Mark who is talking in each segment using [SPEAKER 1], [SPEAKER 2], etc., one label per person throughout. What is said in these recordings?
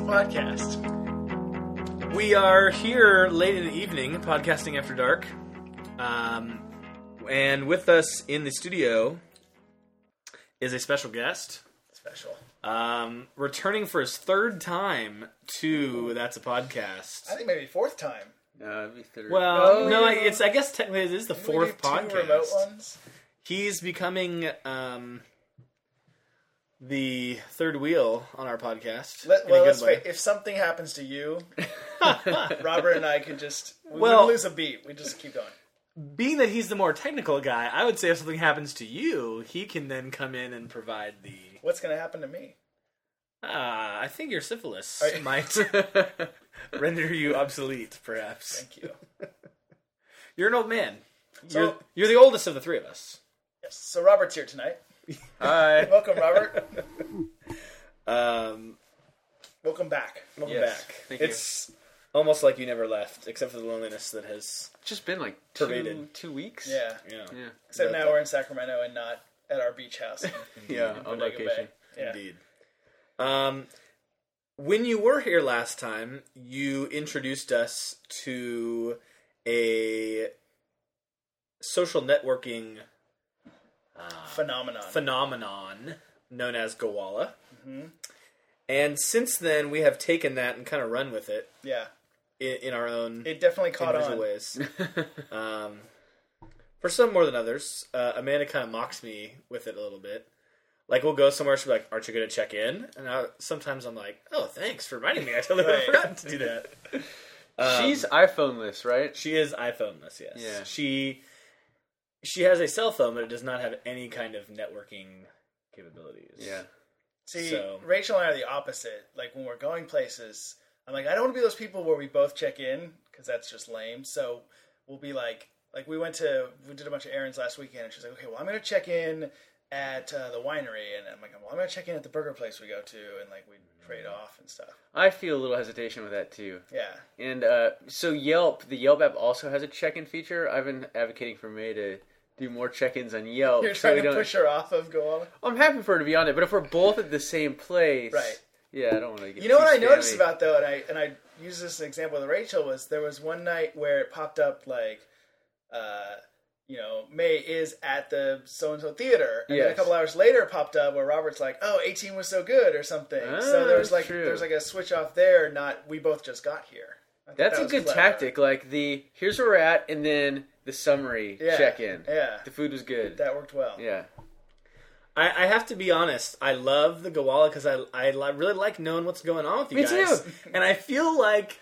[SPEAKER 1] podcast. We are here late in the evening, podcasting after dark. Um, and with us in the studio is a special guest.
[SPEAKER 2] special.
[SPEAKER 1] Um, returning for his third time to That's a Podcast.
[SPEAKER 2] I think maybe fourth time.
[SPEAKER 3] No, it'd be third.
[SPEAKER 1] Well,
[SPEAKER 2] No.
[SPEAKER 1] no, it's I guess technically it is the
[SPEAKER 2] Didn't we
[SPEAKER 1] fourth
[SPEAKER 2] do Two remote
[SPEAKER 1] podcast.
[SPEAKER 2] ones.
[SPEAKER 1] He's becoming um, the third wheel on our podcast.
[SPEAKER 2] Let,
[SPEAKER 1] in a
[SPEAKER 2] well,
[SPEAKER 1] good
[SPEAKER 2] let's
[SPEAKER 1] way.
[SPEAKER 2] wait. If something happens to you, Robert and I could just we
[SPEAKER 1] Well-
[SPEAKER 2] wouldn't lose a beat. We just keep going.
[SPEAKER 1] Being that he's the more technical guy, I would say if something happens to you, he can then come in and provide the.
[SPEAKER 2] What's gonna happen to me?
[SPEAKER 1] Ah, I think your syphilis
[SPEAKER 2] I-
[SPEAKER 1] might render you obsolete, perhaps.
[SPEAKER 2] Thank you.
[SPEAKER 1] You're an old man.
[SPEAKER 2] So-
[SPEAKER 1] you're, you're the oldest of the three of us.
[SPEAKER 2] Yes. So Robert's here tonight.
[SPEAKER 3] Hi.
[SPEAKER 2] Welcome, Robert.
[SPEAKER 1] Um,
[SPEAKER 2] Welcome back.
[SPEAKER 1] welcome
[SPEAKER 3] Yes,
[SPEAKER 1] back.
[SPEAKER 3] thank you.
[SPEAKER 1] it's almost like you never left, except for the loneliness that has.
[SPEAKER 3] Just been like two,
[SPEAKER 1] Pervaded.
[SPEAKER 3] two weeks.
[SPEAKER 2] Yeah.
[SPEAKER 1] Yeah.
[SPEAKER 3] Yeah.
[SPEAKER 2] Except now we're in Sacramento and not at our beach house. in
[SPEAKER 3] Yeah. On
[SPEAKER 2] Bodega Bay.
[SPEAKER 3] location.
[SPEAKER 2] Yeah.
[SPEAKER 1] Indeed. Um, when you were here last time, you introduced us to a social networking
[SPEAKER 2] Phenomenon.
[SPEAKER 1] phenomenon known as Gowalla. And since then, we have taken that and kind of run with it
[SPEAKER 2] yeah.
[SPEAKER 1] in, in our own
[SPEAKER 2] It definitely caught
[SPEAKER 1] individual
[SPEAKER 2] on.
[SPEAKER 1] ways. um, for some more than others, uh, Amanda kind of mocks me with it a little bit. Like we'll go somewhere, she'll be like, "Aren't you going to check in?" And I, sometimes I'm like, "Oh, thanks for reminding me. I totally
[SPEAKER 2] Right.
[SPEAKER 1] forgot to do that."
[SPEAKER 2] Um,
[SPEAKER 1] Um,
[SPEAKER 3] She's iPhoneless, right?
[SPEAKER 1] She is iPhoneless. Yes.
[SPEAKER 3] Yeah.
[SPEAKER 1] She she has a cell phone, but it does not have any kind of networking capabilities.
[SPEAKER 3] Yeah.
[SPEAKER 2] See,
[SPEAKER 1] So-
[SPEAKER 2] Rachel and I are the opposite. Like when we're going places, I'm like, I don't want to be those people where we both check in because that's just lame. So we'll be like, like we went to we did a bunch of errands last weekend, and she's like, okay, well I'm gonna check in at uh, the winery, and I'm like, well I'm gonna check in at the burger place we go to, and like we trade off and stuff.
[SPEAKER 3] I feel a little hesitation with that too.
[SPEAKER 2] Yeah,
[SPEAKER 3] And uh, so Yelp, the Yelp app also has a check-in feature. I've been advocating for May to do more check-ins on Yelp.
[SPEAKER 2] you're
[SPEAKER 3] so
[SPEAKER 2] trying
[SPEAKER 3] we
[SPEAKER 2] to
[SPEAKER 3] don't-
[SPEAKER 2] push her off of Goala.
[SPEAKER 3] I'm happy for her to be on it, but if we're both at the same place,
[SPEAKER 2] Right.
[SPEAKER 3] Yeah, I don't want to get.
[SPEAKER 2] You know what
[SPEAKER 3] too
[SPEAKER 2] I noticed
[SPEAKER 3] spammy.
[SPEAKER 2] about though, and I and I use this as an example with Rachel was there was one night where it popped up like, uh, you know, May is at the so and so theater, and then a
[SPEAKER 3] Yes.
[SPEAKER 2] couple hours later it popped up where Robert's like, oh, 18 was so good or something. so
[SPEAKER 3] Ah,
[SPEAKER 2] there was like
[SPEAKER 3] true.
[SPEAKER 2] there was like a switch off there. Not we both just got here. I thought
[SPEAKER 3] That's
[SPEAKER 2] that
[SPEAKER 3] a
[SPEAKER 2] was
[SPEAKER 3] good
[SPEAKER 2] clever.
[SPEAKER 3] tactic. Like the here's where we're at, and then the summary
[SPEAKER 2] Yeah.
[SPEAKER 3] check-in.
[SPEAKER 2] Yeah,
[SPEAKER 3] The food was good.
[SPEAKER 2] that worked well.
[SPEAKER 3] yeah.
[SPEAKER 1] I, I have to be honest. I love the Gowalla because I I li- really like knowing what's going on with you
[SPEAKER 3] Me
[SPEAKER 1] guys.
[SPEAKER 3] too.
[SPEAKER 1] And I feel like,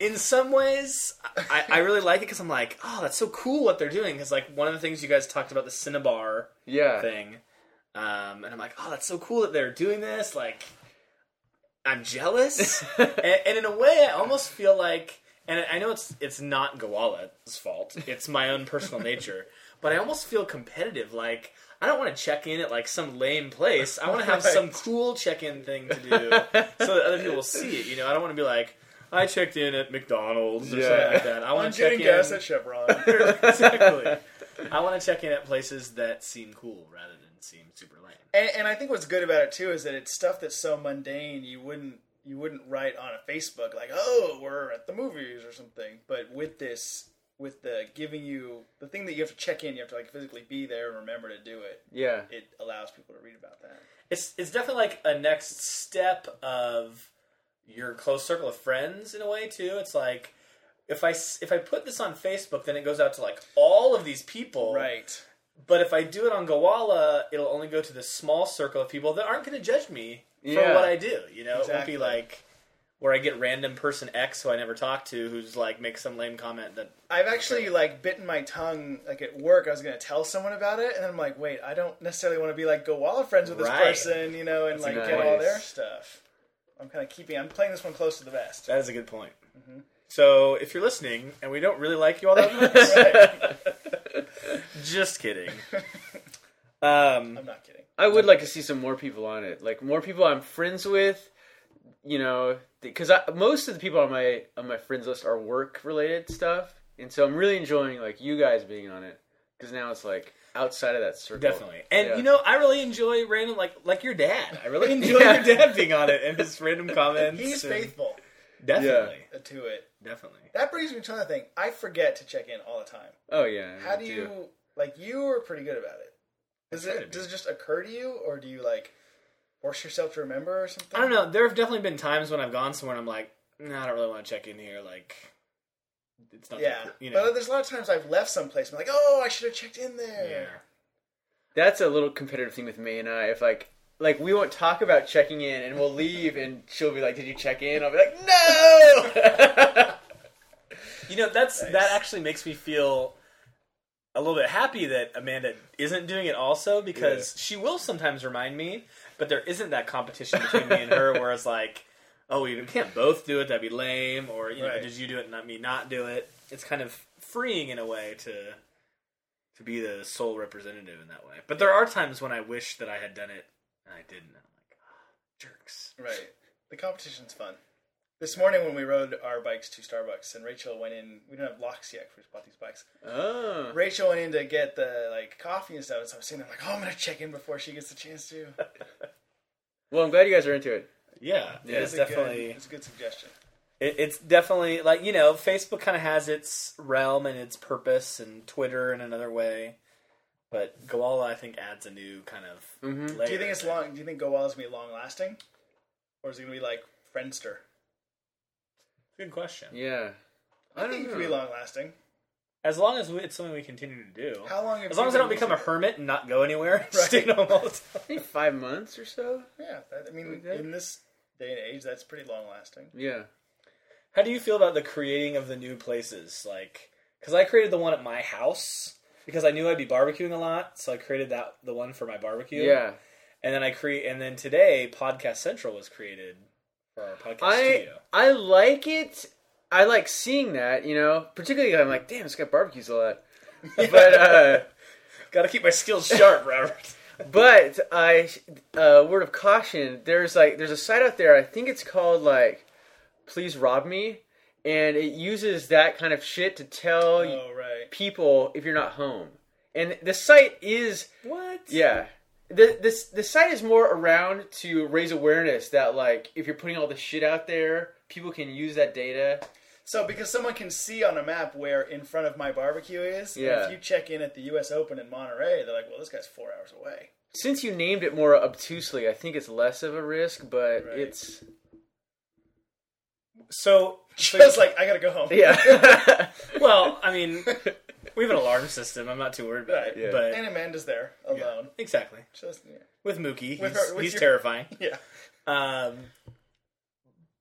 [SPEAKER 1] in some ways, I, I really like it because I'm like, oh, that's so cool what they're doing. Because like one of the things you guys talked about the Cinnabar
[SPEAKER 3] Yeah.
[SPEAKER 1] thing, um, and I'm like, oh, that's so cool that they're doing this. Like, I'm jealous, and, and in a way, I almost feel like, and I know it's it's not Gowala's fault. It's my own personal nature, but I almost feel competitive. Like, I don't want to check in at like some lame place. I want to have some cool check-in thing to do, so that other people will see it. You know, I don't want to be like. I checked in at McDonald's or something
[SPEAKER 3] Yeah.
[SPEAKER 1] like that. I
[SPEAKER 2] I'm
[SPEAKER 1] want to check
[SPEAKER 2] getting
[SPEAKER 1] in.
[SPEAKER 2] gas at Chevron.
[SPEAKER 1] exactly. I want to check in at places that seem cool rather than seem super lame.
[SPEAKER 2] And, and I think what's good about it too is that it's stuff that's so mundane you wouldn't you wouldn't write on a Facebook like oh we're at the movies or something. But with this, with the giving you the thing that you have to check in, you have to like physically be there and remember to do it.
[SPEAKER 3] Yeah.
[SPEAKER 2] It allows people to read about that.
[SPEAKER 1] It's it's definitely like a next step of your close circle of friends in a way too. It's like if I s- if I put this on Facebook, then it goes out to like all of these people.
[SPEAKER 2] Right.
[SPEAKER 1] But if I do it on Gowalla, it'll only go to this small circle of people that aren't going to judge me for
[SPEAKER 3] Yeah.
[SPEAKER 1] what I do. You know, it won't
[SPEAKER 2] Exactly.
[SPEAKER 1] be like where I get random person X who I never talk to who's like makes some lame comment that
[SPEAKER 2] I've actually like bitten my tongue like at work. I was gonna tell someone about it, and then I'm like, wait, I don't necessarily want to be like Gowalla friends with this
[SPEAKER 1] Right.
[SPEAKER 2] person, you know, and like
[SPEAKER 3] good
[SPEAKER 2] get all
[SPEAKER 3] point.
[SPEAKER 2] their stuff. I'm kind of keeping. I'm playing this one close to the vest.
[SPEAKER 1] That is a good point.
[SPEAKER 2] Mm-hmm.
[SPEAKER 1] So if you're listening and we don't really like you all that much, just kidding. Um,
[SPEAKER 2] I'm not kidding.
[SPEAKER 3] I would like to see some more people on it. Like more people I'm friends with, you know, because I most of the people on my on my friends list are work related stuff, and so I'm really enjoying like you guys being on it because now it's like outside of that circle.
[SPEAKER 1] Definitely. And
[SPEAKER 3] Yeah.
[SPEAKER 1] you know, I really enjoy random like like your dad. I really enjoy
[SPEAKER 3] Yeah.
[SPEAKER 1] your dad being on it and his random comments.
[SPEAKER 2] He's
[SPEAKER 1] and-
[SPEAKER 2] faithful
[SPEAKER 1] Definitely.
[SPEAKER 2] to it.
[SPEAKER 1] Definitely.
[SPEAKER 2] That brings me to another thing. I forget to check in all the time.
[SPEAKER 3] Oh yeah.
[SPEAKER 2] How
[SPEAKER 3] I
[SPEAKER 2] do you like? You are pretty good about it. Does
[SPEAKER 1] try to
[SPEAKER 2] it
[SPEAKER 1] be.
[SPEAKER 2] does it just occur to you, or do you like force yourself to remember or something?
[SPEAKER 1] I don't know. There have definitely been times when I've gone somewhere and I'm like, nah, I don't really want to check in here. Like, it's not. that
[SPEAKER 2] Yeah,
[SPEAKER 1] cool," you know.
[SPEAKER 2] but there's a lot of times I've left someplace. and I'm like, oh, I should have checked in
[SPEAKER 1] yeah.
[SPEAKER 2] there.
[SPEAKER 3] That's a little competitive thing with May and I. If like like we won't talk about checking in, and we'll leave, and she'll be like, "Did you check in?" I'll be like, "No."
[SPEAKER 1] You know, that's
[SPEAKER 2] Nice.
[SPEAKER 1] that actually makes me feel a little bit happy that Amanda isn't doing it also because she will sometimes remind me, but there isn't that competition between me and her where it's like, oh, we can't both do it, that'd be lame, or you know,
[SPEAKER 2] Right.
[SPEAKER 1] did you do it and not me not do it? It's kind of freeing in a way to to be the sole representative in that way. But there are times when I wish that I had done it and I didn't. I'm like, ah, jerks.
[SPEAKER 2] Right. The competition's fun. This morning when we rode our bikes to Starbucks and Rachel went in, we didn't have locks yet. 'cause We just bought these bikes.
[SPEAKER 3] oh.
[SPEAKER 2] Rachel went in to get the like coffee and stuff, and so I'm sitting there like, oh, I'm gonna check in before she gets the chance to.
[SPEAKER 3] Well, I'm glad you guys are into it.
[SPEAKER 1] Yeah,
[SPEAKER 3] Yeah.
[SPEAKER 1] it's
[SPEAKER 2] It's a good-
[SPEAKER 1] definitely
[SPEAKER 2] it's a good suggestion.
[SPEAKER 1] It, it's definitely like you know, Facebook kind of has its realm and its purpose, and Twitter in another way. But Goala, I think, adds a new kind of.
[SPEAKER 3] Mhm.
[SPEAKER 1] Layer
[SPEAKER 2] Do you think it's long? Do you think Go Wild is gonna be long lasting, or is it gonna be like Friendster?
[SPEAKER 1] Good question.
[SPEAKER 3] Yeah.
[SPEAKER 2] I, think it could be long lasting.
[SPEAKER 1] As long as we, it's something we continue to do,
[SPEAKER 2] How long? have
[SPEAKER 1] as long
[SPEAKER 2] you
[SPEAKER 1] as I don't
[SPEAKER 2] been
[SPEAKER 1] become a
[SPEAKER 2] using
[SPEAKER 1] hermit and not go anywhere,
[SPEAKER 2] Right.
[SPEAKER 1] stay home all the time.
[SPEAKER 3] Maybe five months or so.
[SPEAKER 2] it? Yeah, that, I mean,
[SPEAKER 3] Okay.
[SPEAKER 2] in this day and age, that's pretty long lasting.
[SPEAKER 3] Yeah.
[SPEAKER 1] How do you feel about the creating of the new places? Like, because I created the one at my house because I knew I'd be barbecuing a lot, so I created that the one for my barbecue.
[SPEAKER 3] Yeah.
[SPEAKER 1] and then I create, and then today, Podcast Central was created for our podcast
[SPEAKER 3] I
[SPEAKER 1] studio.
[SPEAKER 3] I like it. I like seeing that. You know, particularly I'm like, damn, it's got barbecues a lot. But uh,
[SPEAKER 1] Got to keep my skills sharp, Robert.
[SPEAKER 3] but I uh, word of caution. There's like there's a site out there. I think it's called like Please Rob Me, and it uses that kind of shit to tell
[SPEAKER 2] Oh right.
[SPEAKER 3] people if you're not home. And the site is
[SPEAKER 1] what?
[SPEAKER 3] yeah. The, this the site is more around to raise awareness that like if you're putting all the shit out there, people can use that data.
[SPEAKER 2] So because someone can see on a map where in front of my barbecue is, and
[SPEAKER 3] Yeah.
[SPEAKER 2] if you check in at the U.S. Open in Monterey, they're like, "Well, this guy's four hours away."
[SPEAKER 3] Since you named it more obtusely, I think it's less of a risk, but
[SPEAKER 2] Right.
[SPEAKER 3] it's
[SPEAKER 1] So,
[SPEAKER 2] So it's like, "I gotta go home."
[SPEAKER 3] yeah.
[SPEAKER 1] well, I mean, we have an alarm system. I'm not too worried about it,
[SPEAKER 2] Right. Yeah.
[SPEAKER 1] but
[SPEAKER 2] And Amanda's there alone.
[SPEAKER 1] exactly
[SPEAKER 2] Just yeah.
[SPEAKER 1] with Mookie,
[SPEAKER 2] With
[SPEAKER 1] he's,
[SPEAKER 2] her- with
[SPEAKER 1] he's
[SPEAKER 2] your-
[SPEAKER 1] terrifying.
[SPEAKER 2] yeah.
[SPEAKER 1] Um,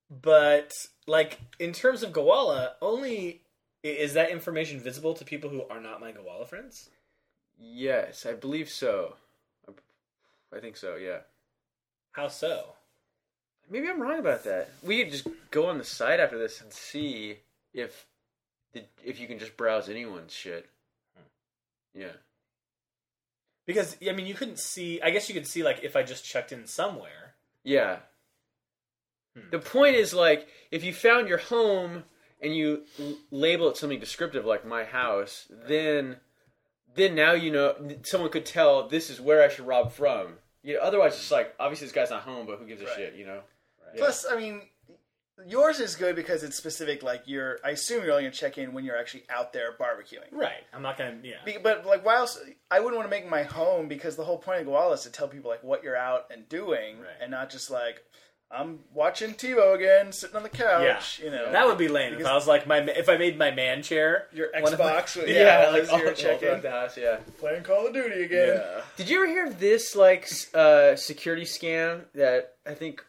[SPEAKER 1] but like in terms of Gowalla, only i- is that information visible to people who are not my Gowalla friends.
[SPEAKER 3] yes, I believe so. I think so, yeah.
[SPEAKER 1] How so?
[SPEAKER 3] Maybe I'm wrong about that. We could just go on the site after this and see if the, if you can just browse anyone's shit. Yeah.
[SPEAKER 1] Because I mean, you couldn't see. I guess you could see like if I just checked in somewhere.
[SPEAKER 3] Yeah.
[SPEAKER 1] Hmm.
[SPEAKER 3] The point is like if you found your home and you l- label it something descriptive like my house, then then now you know someone could tell this is where I should rob from. You know, otherwise it's like obviously this guy's not home, but who gives a
[SPEAKER 2] Right.
[SPEAKER 3] shit, you know?
[SPEAKER 2] Plus, I mean, yours is good because it's specific. Like you're, I assume you're only gonna check in when you're actually out there barbecuing.
[SPEAKER 1] Right. I'm not gonna. Yeah.
[SPEAKER 2] Be- But like, why else? I wouldn't want to make my home because the whole point of Goala is to tell people like what you're out and doing,
[SPEAKER 1] Right.
[SPEAKER 2] and not just like I'm watching TiVo again, sitting on the couch. You know,
[SPEAKER 1] That would be lame if
[SPEAKER 2] Because-
[SPEAKER 1] I was like my if I made my man chair
[SPEAKER 2] your
[SPEAKER 1] one of my-
[SPEAKER 2] Xbox. with-
[SPEAKER 3] Yeah,
[SPEAKER 2] all
[SPEAKER 3] like
[SPEAKER 2] those
[SPEAKER 3] all,
[SPEAKER 2] you're
[SPEAKER 3] all
[SPEAKER 2] checking.
[SPEAKER 3] throughout the house, yeah.
[SPEAKER 2] playing Call of Duty again.
[SPEAKER 3] Did you ever hear of this like s- uh, security scam that I think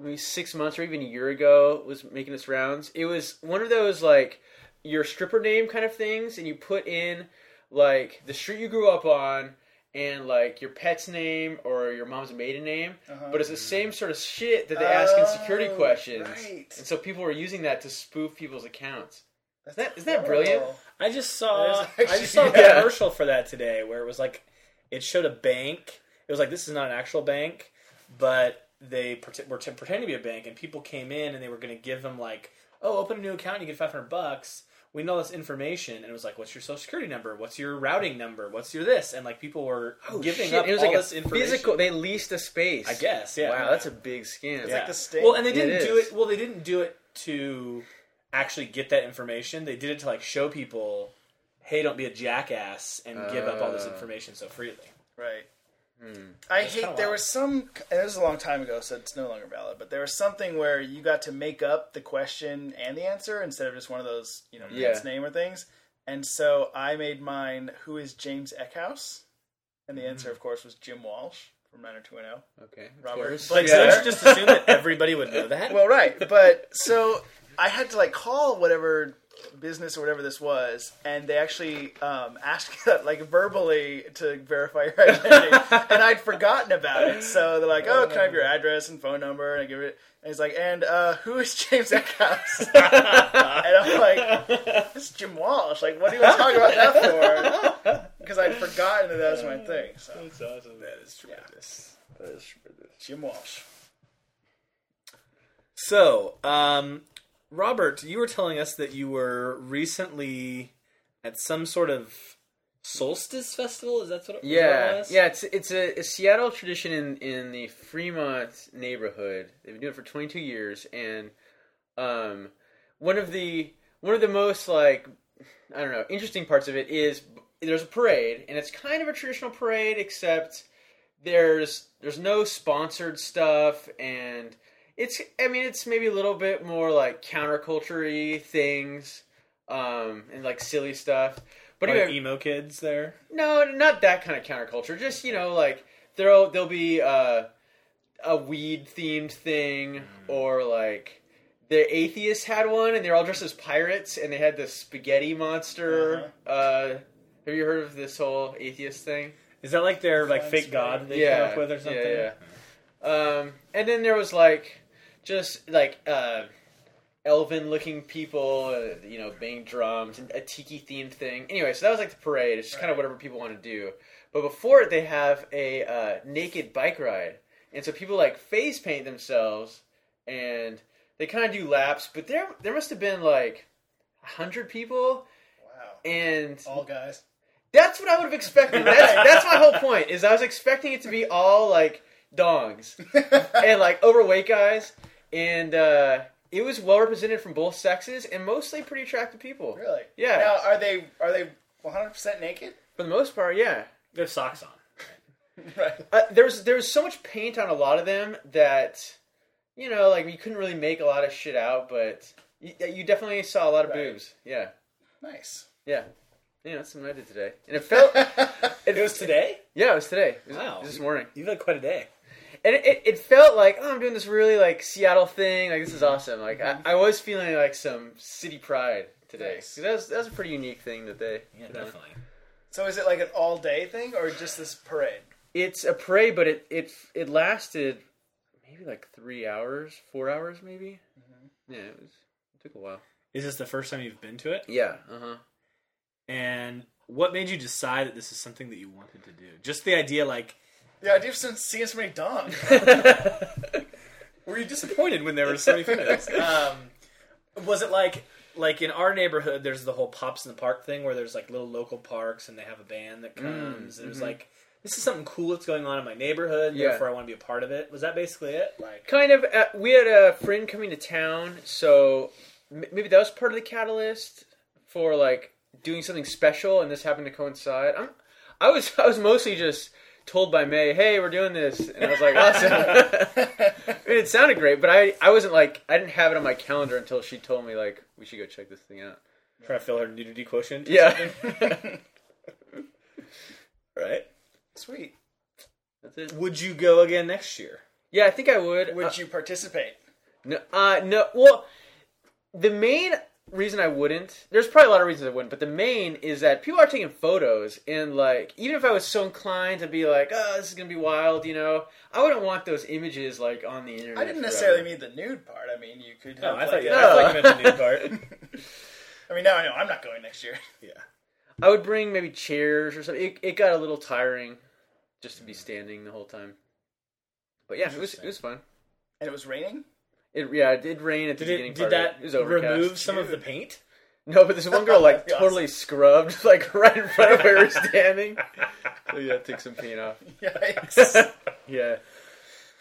[SPEAKER 3] maybe six months or even a year ago was making its rounds? It was one of those like your stripper name kind of things, and you put in like the street you grew up on and like your pet's name or your mom's maiden name,
[SPEAKER 2] Uh-huh.
[SPEAKER 3] but it's the
[SPEAKER 1] Oh.
[SPEAKER 3] same sort of shit that they ask in security
[SPEAKER 2] Oh,
[SPEAKER 3] questions,
[SPEAKER 2] right.
[SPEAKER 3] and so people were using that to spoof people's accounts.
[SPEAKER 2] That's
[SPEAKER 3] that- isn't that brilliant?
[SPEAKER 2] horrible.
[SPEAKER 1] I just saw
[SPEAKER 2] That is
[SPEAKER 1] I just saw a
[SPEAKER 3] yeah.
[SPEAKER 1] commercial for that today where it was like it showed a bank. It was like this is not an actual bank, but they pret- were t- pretending to be a bank, and people came in and they were going to give them like, oh, open a new account, and you get five hundred bucks. we need all this information, and it was like, what's your social security number? What's your routing number? What's your this? And like people were giving
[SPEAKER 3] Oh, Shit,
[SPEAKER 1] up
[SPEAKER 3] it was
[SPEAKER 1] all
[SPEAKER 3] like a
[SPEAKER 1] this information.
[SPEAKER 3] physical. They leased a space.
[SPEAKER 1] I guess, yeah.
[SPEAKER 3] Wow, that's a big scam.
[SPEAKER 1] yeah.
[SPEAKER 2] like the state.
[SPEAKER 1] Well, and they
[SPEAKER 3] It
[SPEAKER 1] didn't do
[SPEAKER 3] is.
[SPEAKER 1] it. Well, they didn't do it to actually get that information. They did it to like show people, hey, don't be a jackass and give up all this
[SPEAKER 3] Uh.
[SPEAKER 1] information so freely.
[SPEAKER 2] Right. I
[SPEAKER 1] Hmm. That's
[SPEAKER 2] hate.
[SPEAKER 1] kinda
[SPEAKER 2] There
[SPEAKER 1] wild.
[SPEAKER 2] was some. And this is a long time ago, so it's no longer valid. But there was something where you got to make up the question and the answer instead of just one of those, you know,
[SPEAKER 3] Yeah.
[SPEAKER 2] man's name or things. And so I made mine. Who is James Eckhouse? And
[SPEAKER 1] Hmm.
[SPEAKER 2] the answer, of course, was Jim Walsh from 90210.
[SPEAKER 3] Okay. of
[SPEAKER 2] Robert
[SPEAKER 3] course.
[SPEAKER 1] Like,
[SPEAKER 2] Blake-
[SPEAKER 1] so
[SPEAKER 2] Yeah.
[SPEAKER 1] don't you just assume that everybody would know that?
[SPEAKER 2] Well, right, but so I had to like call whatever business or whatever this was, and they actually um, asked like verbally to verify your identity, and I'd forgotten about it. So they're like, "Oh, can I have
[SPEAKER 3] Uh.
[SPEAKER 2] your address and phone number?" And I give it, and he's like, "And uh, who is James Eckhouse?" and I'm like, "This is Jim Walsh. Like, what do you want to talk about that for?" Because I'd forgotten that that was my thing. So
[SPEAKER 1] That's awesome. That is tremendous. That is tremendous.
[SPEAKER 2] Jim Walsh.
[SPEAKER 1] So, um, Robert, you were telling us that you were recently at some sort of solstice festival. Is that what it is what it
[SPEAKER 3] Yeah,
[SPEAKER 1] was?
[SPEAKER 3] yeah. It's it's a, a Seattle tradition in in the Fremont neighborhood. They've been doing it for 22 years, and um, one of the one of the most like I don't know interesting parts of it is there's a parade, and it's kind of a traditional parade, except there's there's no sponsored stuff, and it's I mean it's maybe a little bit more like counterculture-y things, um, and like silly stuff. But
[SPEAKER 1] Like
[SPEAKER 3] anyway,
[SPEAKER 1] emo kids there.
[SPEAKER 3] no, not that kind of counterculture. Just you know, like there'll there'll be uh, a weed themed thing, or like the atheists had one, and they're all dressed as pirates, and they had this spaghetti monster. uh have you heard of this whole atheist thing?
[SPEAKER 1] Is that like their like
[SPEAKER 2] Fine
[SPEAKER 1] fake
[SPEAKER 2] spirit.
[SPEAKER 1] god they came up with or something?
[SPEAKER 3] Yeah, yeah. Um, and then there was like just like uh, elven looking people, uh, you know, bang drums and a tiki themed thing. Anyway, so that was like the parade. It's just kind of whatever people want to do. But before it, they have a uh, naked bike ride, and so people like face paint themselves and they kind of do laps. But there, there must have been like hundred people,
[SPEAKER 2] Wow.
[SPEAKER 3] and
[SPEAKER 2] All guys.
[SPEAKER 3] that's what I would have expected. That's, that's my whole point. Is I was expecting it to be all like dongs and like overweight guys, and uh, it was well represented from both sexes and mostly pretty attractive people
[SPEAKER 2] Really?
[SPEAKER 3] Yeah.
[SPEAKER 2] Now are they are they 100 percent naked?
[SPEAKER 3] for the most part. Yeah,
[SPEAKER 1] They have socks on.
[SPEAKER 2] Right.
[SPEAKER 3] uh, there was there was so much paint on a lot of them that you know like you couldn't really make a lot of shit out, but you, you definitely saw a lot of
[SPEAKER 2] Right.
[SPEAKER 3] boobs. Yeah,
[SPEAKER 2] Nice.
[SPEAKER 3] yeah, yeah. That's something I did today, and it felt
[SPEAKER 1] It was today.
[SPEAKER 3] yeah, it was today. It was,
[SPEAKER 1] Wow.
[SPEAKER 3] it was this morning.
[SPEAKER 1] You've had quite a day.
[SPEAKER 3] and it, it, it felt like oh, I'm doing this really like Seattle thing. Like this is awesome. Like I, I was feeling like some city pride today.
[SPEAKER 2] Nice.
[SPEAKER 3] That was that was a pretty unique thing that they.
[SPEAKER 1] Yeah,
[SPEAKER 3] put on.
[SPEAKER 1] definitely.
[SPEAKER 2] so is it like an all day thing or just this parade?
[SPEAKER 3] It's a parade, but it it it lasted maybe like three hours, four hours, maybe. Yeah, it was. It took a while.
[SPEAKER 1] Is this the first time you've been to it?
[SPEAKER 3] Yeah. Uh huh.
[SPEAKER 1] And what made you decide that this is something that you wanted to do? Just the idea, like,
[SPEAKER 2] Yeah, I do since seeing so many dongs.
[SPEAKER 1] were you disappointed when there were so many females? um, was it like, like in our neighborhood, there's the whole pops in the park thing where there's like little local parks and they have a band
[SPEAKER 3] Mm,
[SPEAKER 1] that comes. and it was like, this is something cool that's going on in my neighborhood.
[SPEAKER 3] mm-hmm. Yeah.
[SPEAKER 1] Therefore, I want to be a part of it. Was that basically it? Like,
[SPEAKER 3] Kind of. Uh, we had a friend coming to town, so m- maybe that was part of the catalyst for like doing something special, and this happened to coincide. I'm, I was I was mostly just told by May, "Hey, we're doing this," and I was like, "Awesome!" I mean, it sounded great, but I I wasn't like I didn't have it on my calendar until she told me like we should go check this thing out.
[SPEAKER 1] trying to fill her nudity quotient?
[SPEAKER 3] Yeah,
[SPEAKER 1] Right?
[SPEAKER 2] Sweet.
[SPEAKER 3] that's it.
[SPEAKER 1] Would you go again next year?
[SPEAKER 3] Yeah, I think I would. Uh,
[SPEAKER 2] Would you participate?
[SPEAKER 3] No, uh, no. Well, the main reason I wouldn't, there's probably a lot of reasons I wouldn't, but the main is that people are taking photos, and like, even if I was so inclined to be like, oh, this is gonna be wild, you know, I wouldn't want those images like on the internet.
[SPEAKER 2] I didn't
[SPEAKER 3] forever.
[SPEAKER 2] necessarily mean the nude part. I mean, you could. Have
[SPEAKER 1] No, I
[SPEAKER 2] like
[SPEAKER 1] thought, you,
[SPEAKER 2] a-
[SPEAKER 1] I thought you meant the nude part.
[SPEAKER 2] I mean, now I know I'm not going next year.
[SPEAKER 3] I would bring maybe chairs or something. It, it got a little tiring just to be standing the whole time. But yeah, it was it was fun.
[SPEAKER 2] And it was raining.
[SPEAKER 3] It yeah, it did rain at the
[SPEAKER 1] Did
[SPEAKER 3] beginning.
[SPEAKER 1] it?
[SPEAKER 3] part
[SPEAKER 1] Did
[SPEAKER 3] of
[SPEAKER 1] that
[SPEAKER 3] it. It was overcast.
[SPEAKER 1] remove some of the paint?
[SPEAKER 3] No, but this one girl like
[SPEAKER 2] That'd be
[SPEAKER 3] totally scrubbed, like right in front of where we're standing. So Oh, yeah, take some paint off.
[SPEAKER 2] Yikes.
[SPEAKER 3] Yeah,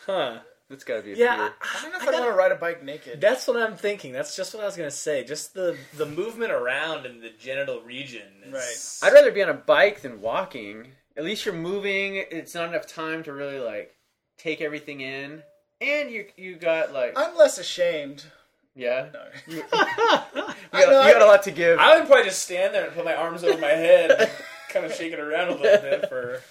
[SPEAKER 1] Huh.
[SPEAKER 3] that's gotta be a
[SPEAKER 1] Yeah.
[SPEAKER 3] fear.
[SPEAKER 1] I-
[SPEAKER 2] I don't know if
[SPEAKER 1] I
[SPEAKER 2] I,
[SPEAKER 1] gotta-
[SPEAKER 2] want to ride a bike naked.
[SPEAKER 1] That's what I'm thinking. That's just what I was gonna say. Just the the movement around in the genital region. Is...
[SPEAKER 3] I'd rather be on a bike than walking. At least you're moving. It's not enough time to really like take everything in, and you you got like
[SPEAKER 2] I'm less ashamed.
[SPEAKER 3] yeah,
[SPEAKER 2] No.
[SPEAKER 3] you, you
[SPEAKER 1] rather.
[SPEAKER 3] got,
[SPEAKER 2] know,
[SPEAKER 3] you got
[SPEAKER 2] I-
[SPEAKER 3] a lot to give.
[SPEAKER 1] I would probably just stand there and put my arms over my head, and kind of shake it around a little bit for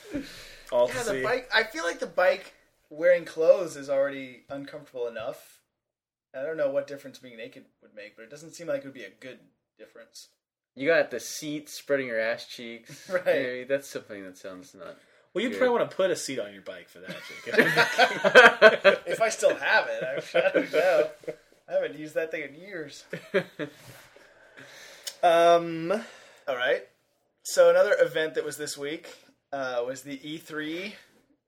[SPEAKER 1] all
[SPEAKER 2] Yeah,
[SPEAKER 1] to
[SPEAKER 2] the
[SPEAKER 1] see.
[SPEAKER 2] bike. I feel like the bike wearing clothes is already uncomfortable enough. I don't know what difference being naked would make, but it doesn't seem like it would be a good difference.
[SPEAKER 3] You got the seat spreading your ass cheeks.
[SPEAKER 2] Right.
[SPEAKER 3] Maybe that's something that sounds not.
[SPEAKER 1] Well, you
[SPEAKER 3] Yeah.
[SPEAKER 1] probably want to put a seat on your bike for that, Jacob.
[SPEAKER 2] If I still have it, I, I don't know. I haven't used that thing in years.
[SPEAKER 1] um,
[SPEAKER 2] All right. So another event that was this week uh, was the E3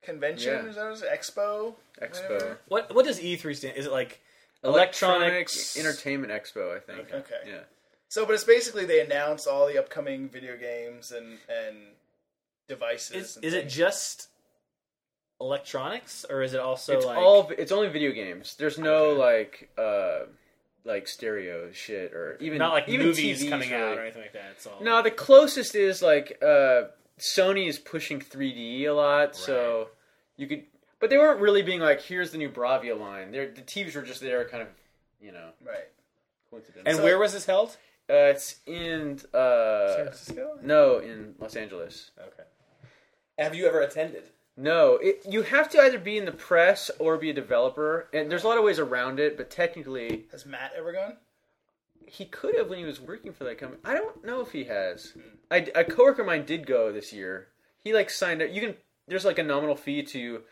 [SPEAKER 2] convention.
[SPEAKER 3] Yeah.
[SPEAKER 2] Is that what it was Expo?
[SPEAKER 3] Expo.
[SPEAKER 1] what what does E3 stand? Is it like electronics?
[SPEAKER 3] Entertainment Expo, I think.
[SPEAKER 2] Okay.
[SPEAKER 3] Yeah.
[SPEAKER 2] So, but it's basically they announce all the upcoming video games and and devices.
[SPEAKER 1] Is,
[SPEAKER 2] and
[SPEAKER 1] is it
[SPEAKER 2] things.
[SPEAKER 1] just electronics, or is it also
[SPEAKER 3] it's
[SPEAKER 1] like
[SPEAKER 3] all it's only video games. There's no like uh like stereo shit or even
[SPEAKER 1] not like
[SPEAKER 3] even
[SPEAKER 1] movies
[SPEAKER 3] TVs
[SPEAKER 1] coming out
[SPEAKER 3] really.
[SPEAKER 1] or anything like that? It's all
[SPEAKER 3] No, the closest is like uh Sony is pushing 3D a lot, so you could but they weren't really being like here's the new Bravia line. They're, the TVs were just there kind of, you know,
[SPEAKER 2] right?
[SPEAKER 3] coincidental.
[SPEAKER 1] And
[SPEAKER 2] So-
[SPEAKER 1] where was this held?
[SPEAKER 3] uh, it's in
[SPEAKER 2] San
[SPEAKER 3] uh
[SPEAKER 2] Francisco?
[SPEAKER 3] no, in Los Angeles.
[SPEAKER 1] Okay. Have you ever attended?
[SPEAKER 3] No, it, you have to either be in the press or be a developer, and there's a lot of ways around it. But technically,
[SPEAKER 2] Has Matt ever gone?
[SPEAKER 3] he could have when he was working for that company. I don't know if he has.
[SPEAKER 2] Hmm.
[SPEAKER 3] I, a coworker of mine did go this year. He like signed up. You can there's like a nominal fee to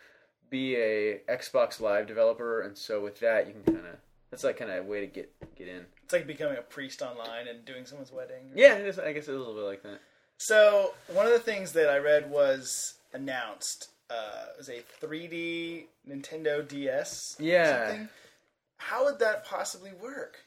[SPEAKER 3] be a Xbox Live developer, and so with that you can kind of that's like kind of a way to get get in.
[SPEAKER 2] It's like becoming a priest online and doing someone's wedding.
[SPEAKER 3] Yeah, it is, I guess it's a little bit like that.
[SPEAKER 2] So one of the things that I read was announced uh, was a 3D Nintendo DS. or
[SPEAKER 3] Yeah.
[SPEAKER 2] something. How would that possibly work?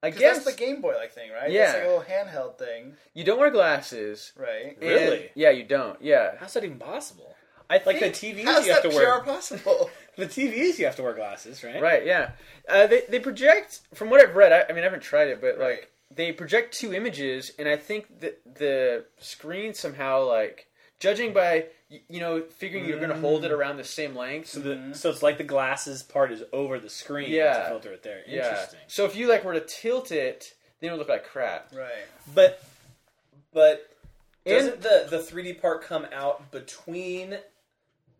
[SPEAKER 3] I
[SPEAKER 2] 'Cause
[SPEAKER 3] guess
[SPEAKER 2] that's the Game Boy like thing, right?
[SPEAKER 3] Yeah.
[SPEAKER 2] It's like a little handheld thing,
[SPEAKER 3] you don't wear glasses.
[SPEAKER 2] right?
[SPEAKER 3] and-
[SPEAKER 1] Really?
[SPEAKER 3] yeah, you don't. Yeah,
[SPEAKER 1] How's that even possible?
[SPEAKER 3] I
[SPEAKER 1] Like the
[SPEAKER 3] think-
[SPEAKER 1] TVs
[SPEAKER 2] How's
[SPEAKER 1] you have
[SPEAKER 2] that
[SPEAKER 1] to
[SPEAKER 2] PR
[SPEAKER 1] wear.
[SPEAKER 2] possible?
[SPEAKER 1] The TVs you have to wear glasses, right?
[SPEAKER 3] Right. Yeah. Uh, they they project from what I've read. I, I mean, I haven't tried it, but
[SPEAKER 2] Right.
[SPEAKER 3] like they project two images, and I think that the screen somehow like judging by y- you know figuring you're going to hold it
[SPEAKER 2] Mm.
[SPEAKER 3] around the same length.
[SPEAKER 1] So,
[SPEAKER 2] Hmm.
[SPEAKER 1] the, so it's like the glasses part is over the screen
[SPEAKER 3] Yeah.
[SPEAKER 1] to filter it there.
[SPEAKER 3] Yeah.
[SPEAKER 1] Interesting.
[SPEAKER 3] So if you like were to tilt it, then it would look like crap.
[SPEAKER 2] right.
[SPEAKER 1] But but
[SPEAKER 3] doesn't
[SPEAKER 1] the the 3D part come out between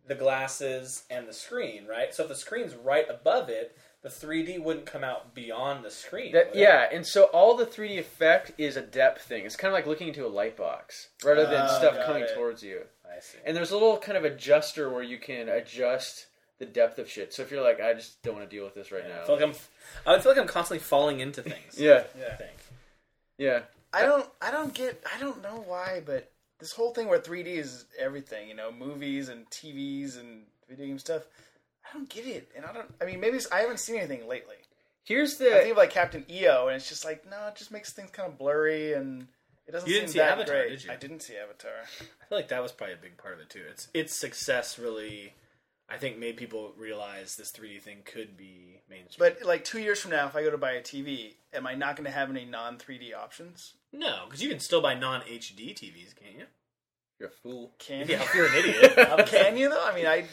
[SPEAKER 1] the glasses and the screen, right? So if the screen's right above it, the 3D wouldn't come out beyond the screen.
[SPEAKER 3] That, yeah, and so all the 3D effect is a depth thing. It's kind of like looking into a light box rather than
[SPEAKER 2] Oh,
[SPEAKER 3] stuff
[SPEAKER 2] got
[SPEAKER 3] coming
[SPEAKER 2] it.
[SPEAKER 3] towards you.
[SPEAKER 1] I see.
[SPEAKER 3] And there's a little kind of adjuster where you can adjust the depth of shit. So if you're like, I just don't want to deal with this right
[SPEAKER 1] I
[SPEAKER 3] now.
[SPEAKER 1] feel like I'm I would feel like I'm constantly falling into things.
[SPEAKER 3] yeah,
[SPEAKER 1] I
[SPEAKER 2] Yeah.
[SPEAKER 1] think.
[SPEAKER 3] yeah.
[SPEAKER 2] I don't. I don't get. I don't know why, but this whole thing where 3D is everything, you know, movies and TVs and video game stuff. I don't get it, and I don't. I mean, maybe it's, I haven't seen anything lately.
[SPEAKER 3] Here's
[SPEAKER 2] I think
[SPEAKER 3] the
[SPEAKER 2] of like Captain EO, and it's just like no, it just makes things kind of blurry, and it doesn't.
[SPEAKER 1] You didn't
[SPEAKER 2] seem
[SPEAKER 1] see
[SPEAKER 2] that
[SPEAKER 1] Avatar,
[SPEAKER 2] great.
[SPEAKER 1] did you?
[SPEAKER 2] I didn't see Avatar.
[SPEAKER 1] I feel like that was probably a big part of it too. It's its success really I think made people realize this 3D thing could be mainstream.
[SPEAKER 2] But like two years from now, if I go to buy a TV, am I not going to have any non 3D options?
[SPEAKER 1] no, because you can still buy non HD TVs, can't you?
[SPEAKER 3] you're a fool.
[SPEAKER 2] Can
[SPEAKER 1] Yeah, if you're an idiot.
[SPEAKER 2] you? Can you though? I mean, I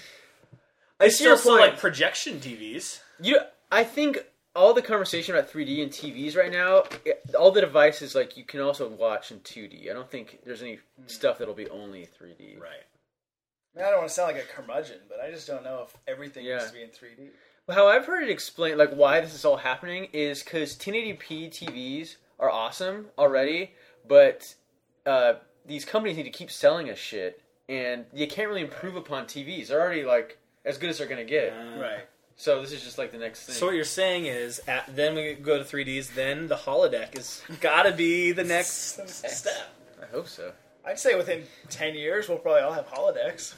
[SPEAKER 1] I
[SPEAKER 3] to your
[SPEAKER 1] still saw
[SPEAKER 3] point.
[SPEAKER 1] like projection TVs.
[SPEAKER 3] You, I think all the conversation about 3D and TVs right now, it- all the devices like you can also watch in 2D. I don't think there's any stuff that'll be only 3D.
[SPEAKER 1] Right.
[SPEAKER 2] I, mean, I don't want to sound like a curmudgeon, but I just don't know if everything
[SPEAKER 3] Yeah.
[SPEAKER 2] needs to be in 3D.
[SPEAKER 3] How I've heard it explained, like why this is all happening, is because 1080p TVs are awesome already, but uh, these companies need to keep selling us shit, and you can't really improve upon TVs. They're already like as good as they're gonna get.
[SPEAKER 2] Right.
[SPEAKER 3] So this is just like the next thing.
[SPEAKER 1] Uh, So what you're saying is, at, then we go to 3Ds. Then the holodeck is gotta be the next step.
[SPEAKER 3] I hope so.
[SPEAKER 2] I'd say within 10 years, we'll probably all have holodecks.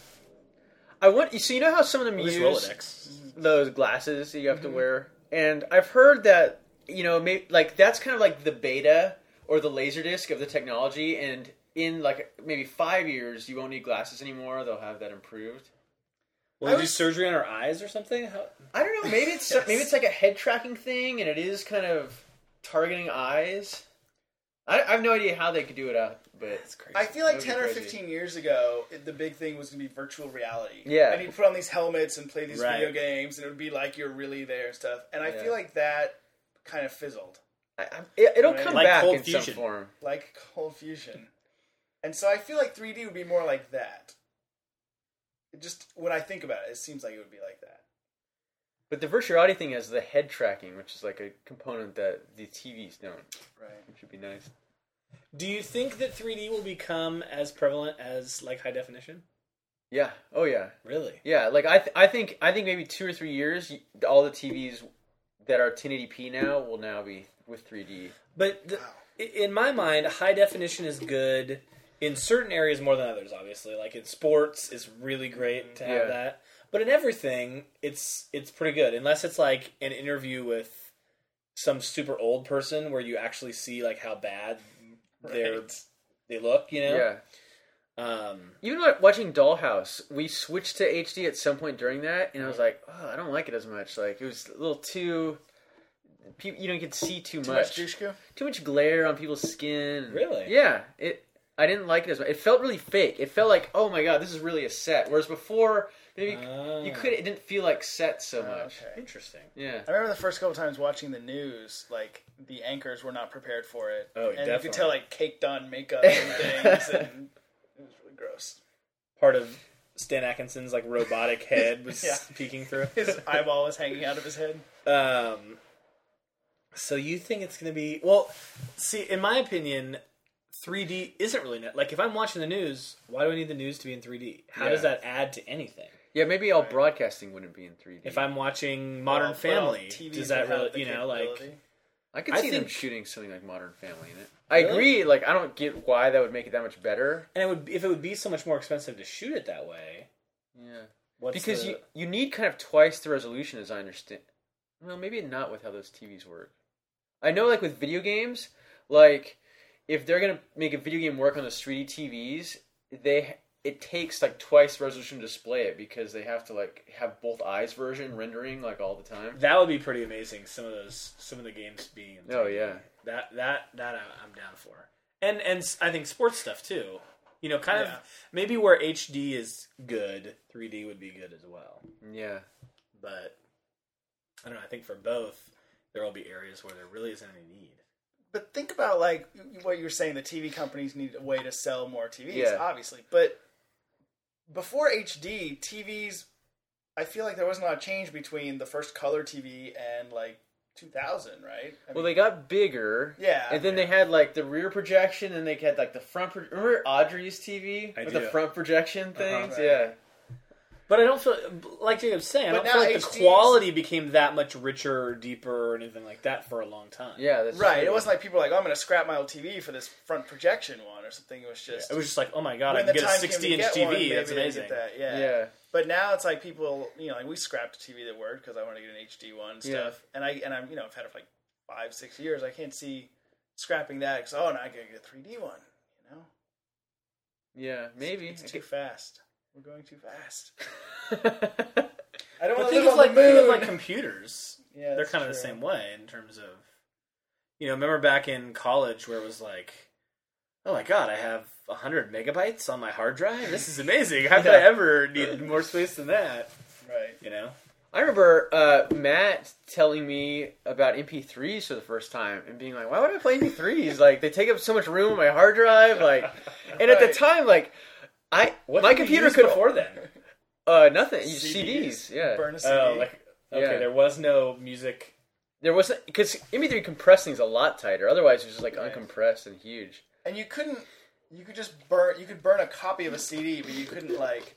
[SPEAKER 3] I want so you know how some of them
[SPEAKER 1] Use
[SPEAKER 3] use
[SPEAKER 1] Rolodex.
[SPEAKER 3] those glasses that you have to wear, and I've heard that you know may, like that's kind of like the beta or the laser disc of the technology, and in like maybe five years, you won't need glasses anymore. They'll have that improved.
[SPEAKER 1] Will
[SPEAKER 2] I
[SPEAKER 1] they do
[SPEAKER 2] was-
[SPEAKER 1] surgery on our eyes or something? How...
[SPEAKER 3] I don't know. Maybe it's
[SPEAKER 2] Yes.
[SPEAKER 3] maybe it's like a head tracking thing, and it is kind of targeting eyes. I, I have no idea how they could do it up, but
[SPEAKER 1] That's crazy.
[SPEAKER 2] I feel like
[SPEAKER 3] That'd be
[SPEAKER 2] ten or
[SPEAKER 3] crazy.
[SPEAKER 2] fifteen years ago, it- the big thing was going to be virtual reality.
[SPEAKER 3] Yeah.
[SPEAKER 2] and you put on these helmets and play these
[SPEAKER 1] Right.
[SPEAKER 2] video games, and it would be like you're really there and stuff. And I
[SPEAKER 3] Yeah.
[SPEAKER 2] feel like that kind of fizzled,
[SPEAKER 3] I, I, it, it'll
[SPEAKER 2] Right.
[SPEAKER 3] come
[SPEAKER 1] Like
[SPEAKER 3] back
[SPEAKER 1] Cold
[SPEAKER 3] in some
[SPEAKER 1] Fusion.
[SPEAKER 3] form.
[SPEAKER 2] like Cold Fusion. And so I feel like 3D would be more like that. It just when I think about it, it seems like it would be like that.
[SPEAKER 3] But the virtual reality thing has the head tracking, which is like a component that the TVs don't,
[SPEAKER 2] Right.
[SPEAKER 3] which would be nice.
[SPEAKER 1] Do you think that 3D will become as prevalent as like high definition?
[SPEAKER 3] Yeah. Oh yeah.
[SPEAKER 1] Really?
[SPEAKER 3] Yeah. Like I, th- I think, I think maybe two or three years, y- all the TVs that are 1080p now will now be with 3D.
[SPEAKER 1] But the, i in my mind, high definition is good in certain areas more than others. Obviously, like in sports, it's really great to have
[SPEAKER 3] Yeah.
[SPEAKER 1] that. But in everything, it's it's pretty good, unless it's like an interview with some super old person where you actually see like how bad they're
[SPEAKER 2] Right.
[SPEAKER 1] they look. You know.
[SPEAKER 3] Yeah.
[SPEAKER 1] Um,
[SPEAKER 3] Even like watching Dollhouse, we switched to HD at some point during that, and I was like, oh, I don't like it as much. Like it was a little too. pe- You don't get to see too,
[SPEAKER 2] Too much
[SPEAKER 3] much.
[SPEAKER 2] Dushku?
[SPEAKER 3] too much glare on people's skin.
[SPEAKER 1] Really?
[SPEAKER 3] Yeah. It. I didn't like it as much. It felt really fake. It felt like, oh my god, this is really a set. Whereas before, maybe you
[SPEAKER 1] Ah.
[SPEAKER 3] could. It didn't feel like set so much.
[SPEAKER 2] Ah, Okay.
[SPEAKER 1] Interesting.
[SPEAKER 3] Yeah.
[SPEAKER 2] I remember the first couple times watching the news, like the anchors were not prepared for it.
[SPEAKER 1] Oh,
[SPEAKER 2] and you
[SPEAKER 1] definitely.
[SPEAKER 2] could tell like caked on makeup and things, and it was really gross.
[SPEAKER 1] Part of Stan Atkinson's like robotic head was
[SPEAKER 2] Yeah.
[SPEAKER 1] peeking through.
[SPEAKER 2] His eyeball was hanging out of his head.
[SPEAKER 1] Um, so you think it's going to be well? See, in my opinion, 3D isn't really net. Like, if I'm watching the news, why do I need the news to be in 3D? How does
[SPEAKER 3] Yeah.
[SPEAKER 1] that add to anything?
[SPEAKER 3] Yeah. Maybe all broadcasting wouldn't be in 3D.
[SPEAKER 1] If I'm watching Modern
[SPEAKER 2] Well,
[SPEAKER 1] Family,
[SPEAKER 2] well, TVs
[SPEAKER 1] does that
[SPEAKER 2] would have
[SPEAKER 1] really,
[SPEAKER 2] the
[SPEAKER 1] you know, like
[SPEAKER 2] capability.
[SPEAKER 3] I could
[SPEAKER 1] I
[SPEAKER 3] see them
[SPEAKER 1] think-
[SPEAKER 3] shooting something like Modern Family in it. I
[SPEAKER 1] Really?
[SPEAKER 3] agree. Like I don't get why that would make it that much better.
[SPEAKER 1] and it would if it would be so much more expensive to shoot it that way.
[SPEAKER 3] Yeah.
[SPEAKER 1] What's
[SPEAKER 3] because
[SPEAKER 1] the-
[SPEAKER 3] you you need kind of twice the resolution, as I understand. Well, maybe not with how those TVs work. I know, like with video games, like if they're gonna make a video game work on those 3D TVs, they it takes like twice the resolution to display it because they have to like have both eyes version rendering like all the time.
[SPEAKER 1] that would be pretty amazing. Some of those, some of the games being in
[SPEAKER 3] Oh
[SPEAKER 1] 3D.
[SPEAKER 3] yeah,
[SPEAKER 1] that that that I- I'm down for, and and s- I think sports stuff too. You know, kind
[SPEAKER 2] Yeah.
[SPEAKER 1] of maybe where HD is good, 3D would be good as well.
[SPEAKER 3] yeah.
[SPEAKER 1] But I don't know. I think for both, there will be areas where there really isn't any need.
[SPEAKER 2] But think about like what you were saying. The TV companies need a way to sell more TVs,
[SPEAKER 3] Yeah.
[SPEAKER 2] obviously. But before HD, TVs, I feel like there wasn't a lot of change between the first color TV and like 2000, right? I
[SPEAKER 3] Well,
[SPEAKER 2] mean,
[SPEAKER 3] they got bigger.
[SPEAKER 2] yeah,
[SPEAKER 3] And then they had like the rear projection, and they had like the front. Pro- Remember Audrey's TV
[SPEAKER 1] I
[SPEAKER 3] with
[SPEAKER 1] do. Uh-huh.
[SPEAKER 3] the front projection things?
[SPEAKER 2] Right.
[SPEAKER 3] Yeah.
[SPEAKER 1] But I don't feel like Jacob's saying. I
[SPEAKER 2] But
[SPEAKER 1] don't feel
[SPEAKER 2] now
[SPEAKER 1] like
[SPEAKER 2] HD
[SPEAKER 1] the quality became that much richer or deeper or anything like that for a long time.
[SPEAKER 3] Yeah, that's
[SPEAKER 2] right.
[SPEAKER 3] true.
[SPEAKER 2] It wasn't like people were like, oh, "I'm going to scrap my old TV for this front projection one" or something. It was just
[SPEAKER 1] It was just like, oh my god,
[SPEAKER 2] when
[SPEAKER 1] I can
[SPEAKER 2] the
[SPEAKER 1] get a
[SPEAKER 2] time came to
[SPEAKER 1] 60 inch
[SPEAKER 2] get
[SPEAKER 1] TV.
[SPEAKER 2] one, maybe
[SPEAKER 1] That's
[SPEAKER 2] they
[SPEAKER 1] amazing.
[SPEAKER 2] get that, Yeah.
[SPEAKER 3] yeah.
[SPEAKER 2] But now it's like people, you know, like we scrapped a TV that worked because I wanted to get an HD one and
[SPEAKER 3] Yeah.
[SPEAKER 2] stuff. And I and I'm, you know, I've had it for like five, six years. I can't see scrapping that because oh, now I gotta get a 3D one. You know,
[SPEAKER 3] Yeah, maybe.
[SPEAKER 2] it's too fast. We're going too fast. I don't
[SPEAKER 1] But
[SPEAKER 2] want to
[SPEAKER 1] think
[SPEAKER 2] live
[SPEAKER 1] of
[SPEAKER 2] on
[SPEAKER 1] like
[SPEAKER 2] the
[SPEAKER 1] think
[SPEAKER 2] moon.
[SPEAKER 1] of like computers.
[SPEAKER 2] yeah,
[SPEAKER 1] they're
[SPEAKER 2] that's
[SPEAKER 1] kind of the
[SPEAKER 2] true.
[SPEAKER 1] same way in terms of you know remember back in college where it was like oh my god i have 100 megabytes on my hard drive this is amazing how could i
[SPEAKER 3] Yeah.
[SPEAKER 1] ever need more space than that
[SPEAKER 2] Right.
[SPEAKER 1] you know
[SPEAKER 3] I remember uh, Matt telling me about MP3s for the first time and being like, "Why would I play MP3s? like they take up so much room on my hard drive." Like, and at the
[SPEAKER 2] Right.
[SPEAKER 3] time, like I my
[SPEAKER 1] did we
[SPEAKER 3] computer
[SPEAKER 1] use
[SPEAKER 3] could
[SPEAKER 1] before then
[SPEAKER 3] uh nothing CDs.
[SPEAKER 2] CDs.
[SPEAKER 3] Yeah,
[SPEAKER 2] Burn a CD.
[SPEAKER 1] oh like okay
[SPEAKER 3] Yeah.
[SPEAKER 1] there was no music
[SPEAKER 3] there wasn't because MP3 compressed things a lot tighter. Otherwise, it was just like
[SPEAKER 2] Right.
[SPEAKER 3] uncompressed and huge.
[SPEAKER 2] and you couldn't. You could just burn. You could burn a copy of a CD, but you couldn't like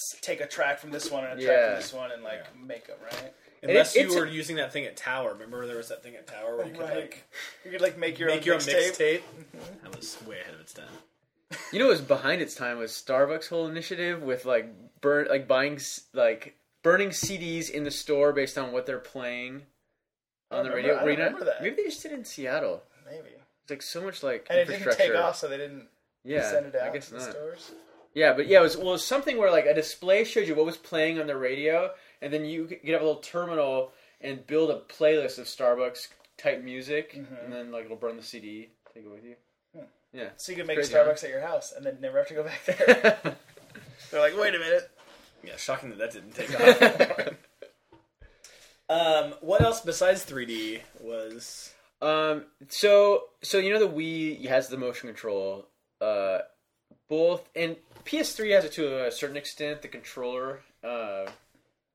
[SPEAKER 2] s- take a track from this one and a track
[SPEAKER 3] Yeah.
[SPEAKER 2] from this one and like make them right.
[SPEAKER 3] it-
[SPEAKER 1] unless
[SPEAKER 3] it's-
[SPEAKER 1] you were using that thing at tower remember there was that thing at tower where you could
[SPEAKER 2] Right.
[SPEAKER 1] like
[SPEAKER 2] You could like make your
[SPEAKER 1] make
[SPEAKER 2] own
[SPEAKER 1] your own
[SPEAKER 2] mixtape.
[SPEAKER 1] mixtape
[SPEAKER 3] Mm-hmm.
[SPEAKER 1] that was way ahead of its time
[SPEAKER 3] You know, what was behind its time was Starbucks' whole initiative with like burn, like buying, s- like burning CDs in the store based on what they're playing on
[SPEAKER 2] I
[SPEAKER 3] the
[SPEAKER 2] remember-
[SPEAKER 3] radio.
[SPEAKER 2] I
[SPEAKER 3] Were you not-
[SPEAKER 2] remember that.
[SPEAKER 3] Maybe they just did it in Seattle.
[SPEAKER 2] Maybe.
[SPEAKER 3] It's like so much like
[SPEAKER 2] and it didn't
[SPEAKER 3] infrastructure.
[SPEAKER 2] take off, so they didn't
[SPEAKER 3] yeah,
[SPEAKER 2] send it out
[SPEAKER 3] I guess
[SPEAKER 2] to the
[SPEAKER 3] not.
[SPEAKER 2] stores.
[SPEAKER 3] Yeah, but yeah, it was well it was something where like a display showed you what was playing on the radio, and then you could have a little terminal and build a playlist of Starbucks type music,
[SPEAKER 2] Mhm.
[SPEAKER 3] and then like it'll burn the CD, take it with you.
[SPEAKER 2] Hmm. So you could make
[SPEAKER 3] Crazy, huh?
[SPEAKER 2] Starbucks at your house and then never have to go back there. They're like, wait a minute.
[SPEAKER 1] Yeah, shocking that that didn't take off. um, what else besides 3D was?
[SPEAKER 3] um, so so you know the Wii has the motion control, uh, both and PS3 has it to a certain extent. The controller, uh,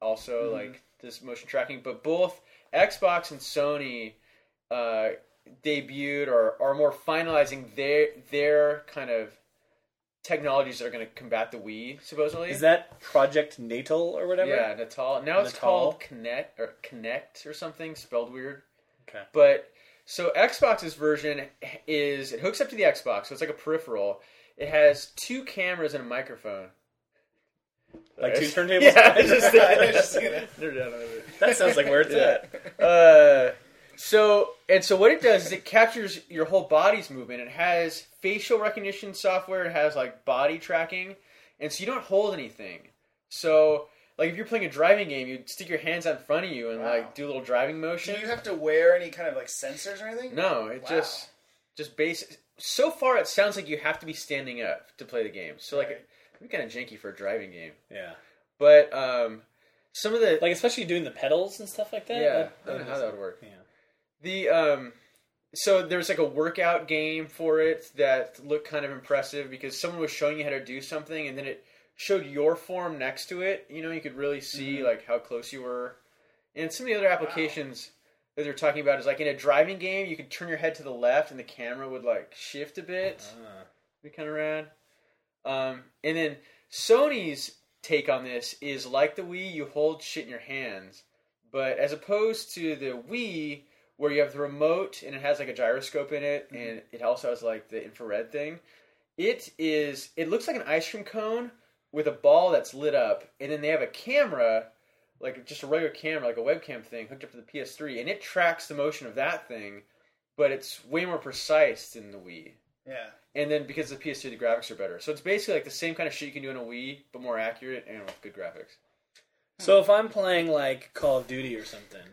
[SPEAKER 3] also like this motion tracking, but both Xbox and Sony, uh, debuted or are more finalizing their their kind of technologies that are going to combat the Wii supposedly.
[SPEAKER 1] Is that Project Natal or whatever?
[SPEAKER 3] Yeah, Natal. Now it's
[SPEAKER 1] Natal.
[SPEAKER 3] called Connect or Connect or something, spelled weird.
[SPEAKER 1] Okay.
[SPEAKER 3] But so Xbox's version is it hooks up to the Xbox, so it's like a peripheral. It has two cameras and a microphone.
[SPEAKER 1] Like two turntables?
[SPEAKER 3] Yeah, I just
[SPEAKER 2] I was just thinking
[SPEAKER 3] They're down over there.
[SPEAKER 1] That sounds like where it's
[SPEAKER 3] Yeah.
[SPEAKER 1] at.
[SPEAKER 3] Uh, so and so what it does is it captures your whole body's movement. It has facial recognition software. It has like body tracking, and so you don't hold anything. So like if you're playing a driving game, you stick your hands out in front of you and
[SPEAKER 2] Wow.
[SPEAKER 3] like do a little driving
[SPEAKER 2] Do
[SPEAKER 3] motion.
[SPEAKER 2] you have to wear any kind of like sensors or anything?
[SPEAKER 3] no, it
[SPEAKER 2] Wow.
[SPEAKER 3] just just basic. So far, it sounds like you have to be standing up to play the game. So like
[SPEAKER 2] Right.
[SPEAKER 3] it'd be kind of janky for a driving game,
[SPEAKER 1] Yeah.
[SPEAKER 3] but um, some of the
[SPEAKER 1] Like, especially doing the pedals and stuff like that.
[SPEAKER 3] yeah,
[SPEAKER 1] That-
[SPEAKER 3] I don't know how that would work.
[SPEAKER 1] yeah.
[SPEAKER 3] The um so there's like a workout game for it that looked kind of impressive because someone was showing you how to do something and then it showed your form next to it. You know, you could really see
[SPEAKER 1] Mm-hmm.
[SPEAKER 3] like how close you were. And some of the other applications that they're talking about is like in a driving game, you could turn your head to the left and the camera would like shift a bit.
[SPEAKER 1] Ah.
[SPEAKER 3] Be kind of rad. Um, and then Sony's take on this is like the Wii, you hold shit in your hands, but as opposed to the Wii, where you have the remote and it has like a gyroscope in it, and it also has like the infrared thing. It is. It looks like an ice cream cone with a ball that's lit up, and then they have a camera, like just a regular camera, like a webcam thing, hooked up to the PS3, and it tracks the motion of that thing, but it's way more precise than the Wii
[SPEAKER 2] Yeah.
[SPEAKER 3] and then because of the PS3, the graphics are better. So it's basically like the same kind of shit you can do in a Wii, but more accurate and with good graphics.
[SPEAKER 1] So if I'm playing like Call of Duty or something,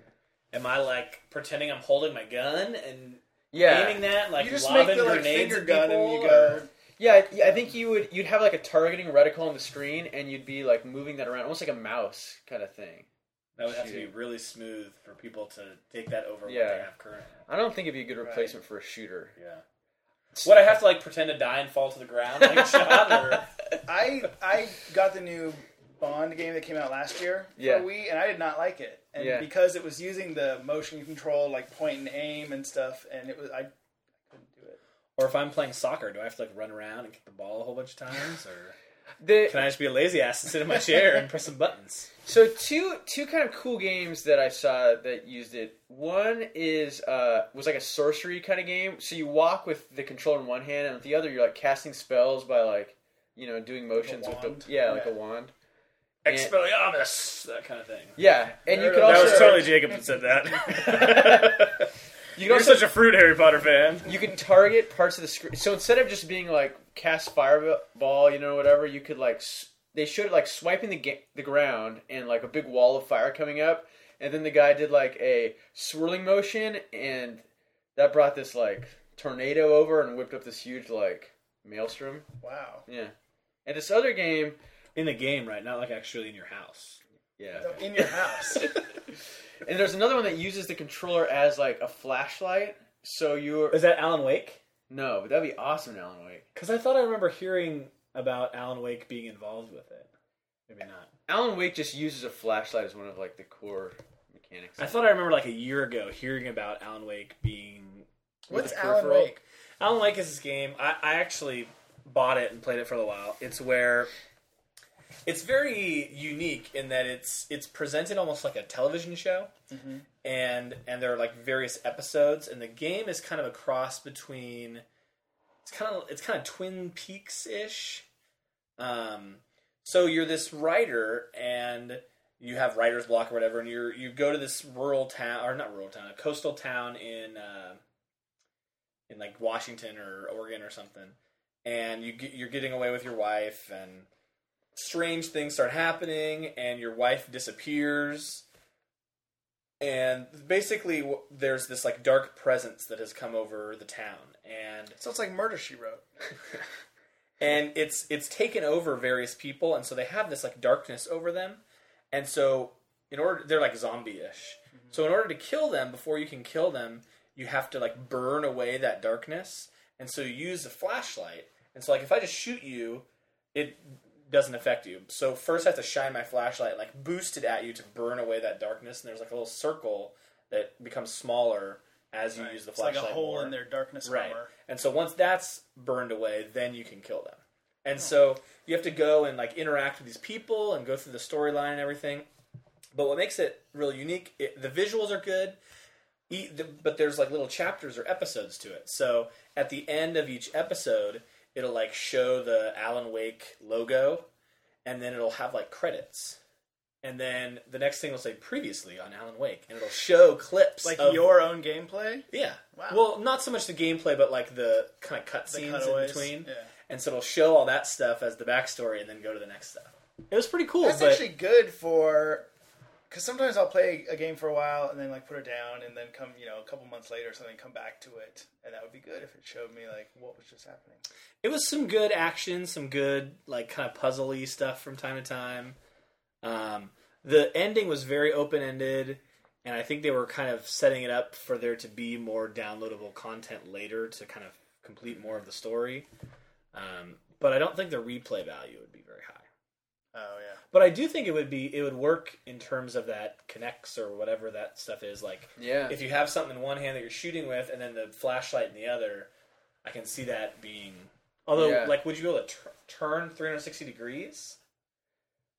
[SPEAKER 1] am I like pretending I'm holding my gun and aiming that like
[SPEAKER 2] you just
[SPEAKER 1] lobbing
[SPEAKER 2] make the like
[SPEAKER 1] grenades
[SPEAKER 2] finger
[SPEAKER 1] at
[SPEAKER 2] gun
[SPEAKER 1] people,
[SPEAKER 2] and you go.
[SPEAKER 1] or-
[SPEAKER 3] yeah. I- yeah, I think you would you'd have like a targeting reticle on the screen, and you'd be like moving that around, almost like a mouse kind of thing.
[SPEAKER 1] That would have to be
[SPEAKER 3] Shoot.
[SPEAKER 1] really smooth for people to take that over what
[SPEAKER 3] Yeah.
[SPEAKER 1] they have currently.
[SPEAKER 3] I don't think it'd be a good
[SPEAKER 2] Right.
[SPEAKER 3] replacement for a shooter.
[SPEAKER 1] Yeah. Would I have to like pretend to die and fall to the ground like shot? Or...
[SPEAKER 2] I I got the new Bond game that came out last year for
[SPEAKER 3] Yeah.
[SPEAKER 2] Wii, and I did not like it. And
[SPEAKER 3] Yeah.
[SPEAKER 2] because it was using the motion control, like point and aim and stuff, and it was I couldn't do it.
[SPEAKER 1] or if I'm playing soccer, do I have to like run around and kick the ball a whole bunch of times, or
[SPEAKER 3] The-
[SPEAKER 1] can I just be a lazy ass and sit in my chair and press some buttons?
[SPEAKER 3] So two two kind of cool games that I saw that used it. One is uh was like a sorcery kind of game. So you walk with the controller in one hand and with the other you're like casting spells by like you know doing motions
[SPEAKER 2] wand?
[SPEAKER 3] with the yeah, like a
[SPEAKER 2] Yeah.
[SPEAKER 3] wand. And-
[SPEAKER 1] Expelliarmus, that kind of thing.
[SPEAKER 3] yeah, and you
[SPEAKER 2] There it
[SPEAKER 3] could
[SPEAKER 2] is.
[SPEAKER 1] That
[SPEAKER 3] also
[SPEAKER 1] was totally Jacob that said that.
[SPEAKER 3] you could
[SPEAKER 1] You're
[SPEAKER 3] also
[SPEAKER 1] such a fruit Harry Potter fan.
[SPEAKER 3] you could target parts of the screen. So instead of just being like cast fireball, you know, whatever, you could like s- they showed it like swiping the ga- the ground and like a big wall of fire coming up, and then the guy did like a swirling motion, and that brought this like tornado over and whipped up this huge like maelstrom.
[SPEAKER 2] Wow.
[SPEAKER 3] Yeah, and this other game,
[SPEAKER 1] In the game, right? Not like actually in your house.
[SPEAKER 3] yeah.
[SPEAKER 2] So In your house.
[SPEAKER 3] And there's another one that uses the controller as like a flashlight. So you're
[SPEAKER 1] Is that Alan Wake?
[SPEAKER 3] no, but that'd be awesome, in Alan Wake.
[SPEAKER 1] Because I thought I remember hearing about Alan Wake being involved with it. Maybe not.
[SPEAKER 3] Alan Wake just uses a flashlight as one of like the core mechanics.
[SPEAKER 1] I thought I remember like a year ago hearing about Alan Wake being. with
[SPEAKER 2] What's
[SPEAKER 1] a
[SPEAKER 2] Alan
[SPEAKER 1] peripheral.
[SPEAKER 2] Wake?
[SPEAKER 1] Alan Wake is this game. I, I actually bought it and played it for a little while. It's where it's very unique in that it's it's presented almost like a television show,
[SPEAKER 2] Mm-hmm.
[SPEAKER 1] and and there are like various episodes, and the game is kind of a cross between it's kind of it's kind of Twin Peaks ish. Um, so you're this writer and you have writer's block or whatever, and you are you go to this rural town or not rural town, a coastal town in uh, um, in like Washington or Oregon or something, and you get, you're getting away with your wife, and strange things start happening, and your wife disappears, and basically w- there's this like dark presence that has come over the town, and
[SPEAKER 2] So it's like Murder She Wrote.
[SPEAKER 1] and it's it's taken over various people and so they have this like darkness over them and so in order they're like zombie-ish
[SPEAKER 2] Mm-hmm.
[SPEAKER 1] so in order to kill them before you can kill them you have to like burn away that darkness and so you use a flashlight and so like if i just shoot you it doesn't affect you so first i have to shine my flashlight like boost it at you to burn away that darkness and there's like a little circle that becomes smaller as you use the
[SPEAKER 2] It's like
[SPEAKER 1] flashlight
[SPEAKER 2] a hole
[SPEAKER 1] more.
[SPEAKER 2] in their darkness
[SPEAKER 1] Right.
[SPEAKER 2] armor.
[SPEAKER 1] And so once that's burned away, then you can kill them. And
[SPEAKER 2] Hmm.
[SPEAKER 1] so you have to go and like interact with these people and go through the storyline and everything. But what makes it really unique, it, the visuals are good. E- the, but there's like little chapters or episodes to it. So at the end of each episode, it'll like show the Alan Wake logo, and then it'll have like credits. And then the next thing will say previously on Alan Wake, and it'll show clips
[SPEAKER 2] Like
[SPEAKER 1] of
[SPEAKER 2] your own gameplay.
[SPEAKER 1] yeah.
[SPEAKER 2] Wow.
[SPEAKER 1] Well, not so much the gameplay, but like the kind of
[SPEAKER 2] The
[SPEAKER 1] cutscenes in
[SPEAKER 2] cutaways.
[SPEAKER 1] between,
[SPEAKER 2] Yeah.
[SPEAKER 1] and so it'll show all that stuff as the backstory, and then go to the next stuff. It was pretty cool,
[SPEAKER 2] That's
[SPEAKER 1] but
[SPEAKER 2] actually good for because sometimes I'll play a game for a while and then like put it down and then come you know a couple months later or something come back to it and that would be good if it showed me like what was just happening.
[SPEAKER 1] it was some good action, some good like kind of puzzly stuff from time to time. Um, the ending was very open ended, and I think they were kind of setting it up for there to be more downloadable content later to kind of complete more of the story. Um, but I don't think the replay value would be very high.
[SPEAKER 2] Oh yeah,
[SPEAKER 1] But I do think it would be it would work in terms of that connects or whatever that stuff is. Like
[SPEAKER 3] Yeah.
[SPEAKER 1] if you have something in one hand that you're shooting with, and then the flashlight in the other, I can see that being. Although,
[SPEAKER 3] Yeah.
[SPEAKER 1] like, would you be able to tr- turn 360 degrees?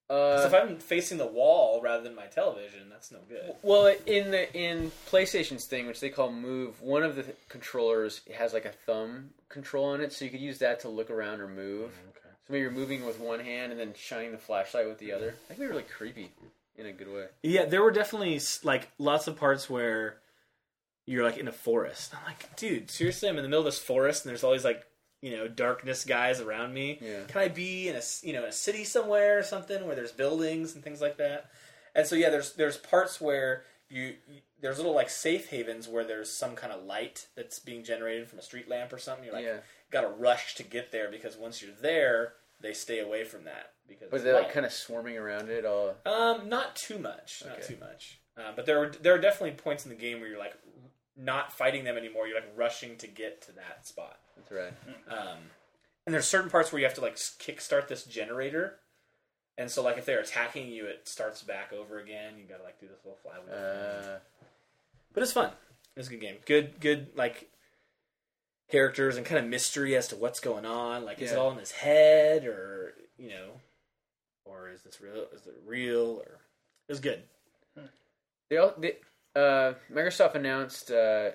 [SPEAKER 1] Because
[SPEAKER 3] Uh,
[SPEAKER 1] if I'm facing the wall rather than my television, that's no good.
[SPEAKER 3] well, in the in PlayStation's thing, which they call Move, one of the th- controllers has like a thumb control on it, so you could use that to look around or
[SPEAKER 1] Oh,
[SPEAKER 3] move.
[SPEAKER 1] okay. Mm-hmm.
[SPEAKER 3] So maybe you're moving with one hand and then shining the flashlight with the other. That'd be really creepy in a good way.
[SPEAKER 1] Yeah, there were definitely like lots of parts where you're like in a forest. I'm like, dude, seriously, I'm in the middle of this forest, and there's all these like you know darkness guys around me.
[SPEAKER 3] Yeah.
[SPEAKER 1] Can I be in a c- you know in a city somewhere or something where there's buildings and things like that? And so yeah, there's there's parts where you, you there's little like safe havens where there's some kind of light that's being generated from a street lamp or something. You're like,
[SPEAKER 3] Yeah.
[SPEAKER 1] got to rush to get there because once you're there, they stay away from that because
[SPEAKER 3] But
[SPEAKER 1] it's
[SPEAKER 3] they're like
[SPEAKER 1] light.
[SPEAKER 3] kind of swarming around it all.
[SPEAKER 1] Um, not too much. Not
[SPEAKER 3] Okay.
[SPEAKER 1] too much. Uh, but there were there are definitely points in the game where you're like not fighting them anymore. You're like rushing to get to that spot.
[SPEAKER 3] That's right.
[SPEAKER 1] Um, and there's certain parts where you have to like s- kickstart this generator. And so, like, if they're attacking you, it starts back over again. You gotta like do this little flywheel. thing.
[SPEAKER 3] Uh,
[SPEAKER 1] but it's fun. It's a good game. Good, good like characters and kind of mystery as to what's going on. Like, is it
[SPEAKER 3] Yeah.
[SPEAKER 1] all in his head, or you know, or is this real? Is it real? Or it's good.
[SPEAKER 3] they all they, uh, Microsoft announced uh,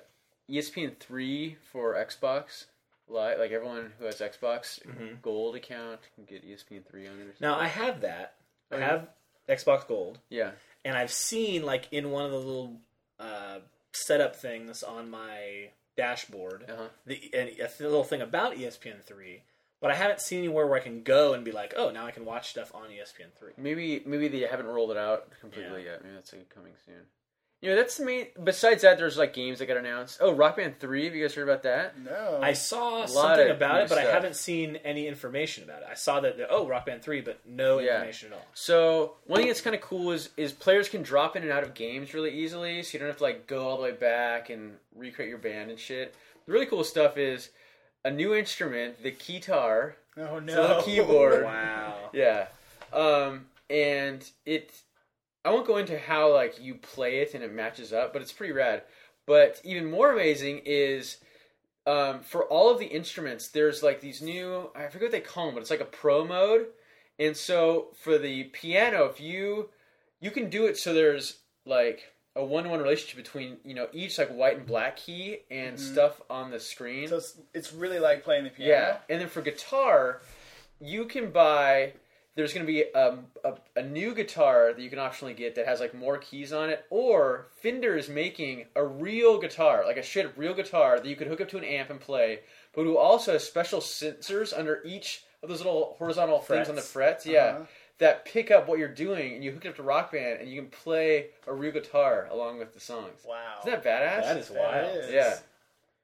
[SPEAKER 3] ESPN three for Xbox Live. Like everyone who has Xbox
[SPEAKER 1] Mhm.
[SPEAKER 3] Gold account can get E ESPN three on it. Or something.
[SPEAKER 1] Now I have that. I
[SPEAKER 3] Oh, yeah?
[SPEAKER 1] have Xbox Gold,
[SPEAKER 3] Yeah.
[SPEAKER 1] and I've seen like in one of the little uh, setup things on my dashboard
[SPEAKER 3] Uh huh.
[SPEAKER 1] the and a th- little thing about E ESPN three, but I haven't seen anywhere where I can go and be like, oh, now I can watch stuff on E ESPN three.
[SPEAKER 3] Maybe maybe they haven't rolled it out completely yet. Maybe that's like coming soon. You know, that's the main. Besides that, there's like games that got announced. Oh, Rock Band three. Have you guys heard about that?
[SPEAKER 2] no.
[SPEAKER 1] I saw
[SPEAKER 3] lot
[SPEAKER 1] something
[SPEAKER 3] of
[SPEAKER 1] about
[SPEAKER 3] new
[SPEAKER 1] it, but I
[SPEAKER 3] stuff.
[SPEAKER 1] haven't seen any information about it. I saw that oh, Rock Band three, but no
[SPEAKER 3] Yeah.
[SPEAKER 1] information at all.
[SPEAKER 3] So one thing that's kind of cool is is players can drop in and out of games really easily, so you don't have to like go all the way back and recreate your band and shit. The really cool stuff is a new instrument, the guitar.
[SPEAKER 2] oh
[SPEAKER 3] a little
[SPEAKER 2] no.
[SPEAKER 3] keyboard.
[SPEAKER 1] Wow.
[SPEAKER 3] Yeah, um, and it. I won't go into how like you play it and it matches up, but it's pretty rad. But even more amazing is um, for all of the instruments, there's like these new, I forget what they call them, but it's like a pro mode. And so for the piano, if you, you can do it so there's like a one-to-one relationship between, you know, each like white and black key and stuff on the screen.
[SPEAKER 2] So it's, it's really like playing the piano.
[SPEAKER 3] yeah. And then for guitar, you can buy there's going to be um, a, a new guitar that you can optionally get that has like more keys on it, or Fender is making a real guitar, like a shit real guitar that you could hook up to an amp and play, but who also has special sensors under each of those little horizontal things on the frets. Yeah.
[SPEAKER 2] Uh-huh.
[SPEAKER 3] That pick up what you're doing, and you hook it up to Rock Band, and you can play a real guitar along with the songs.
[SPEAKER 2] Wow.
[SPEAKER 3] Isn't that badass?
[SPEAKER 1] That is
[SPEAKER 2] That
[SPEAKER 1] wild.
[SPEAKER 2] is.
[SPEAKER 3] Yeah.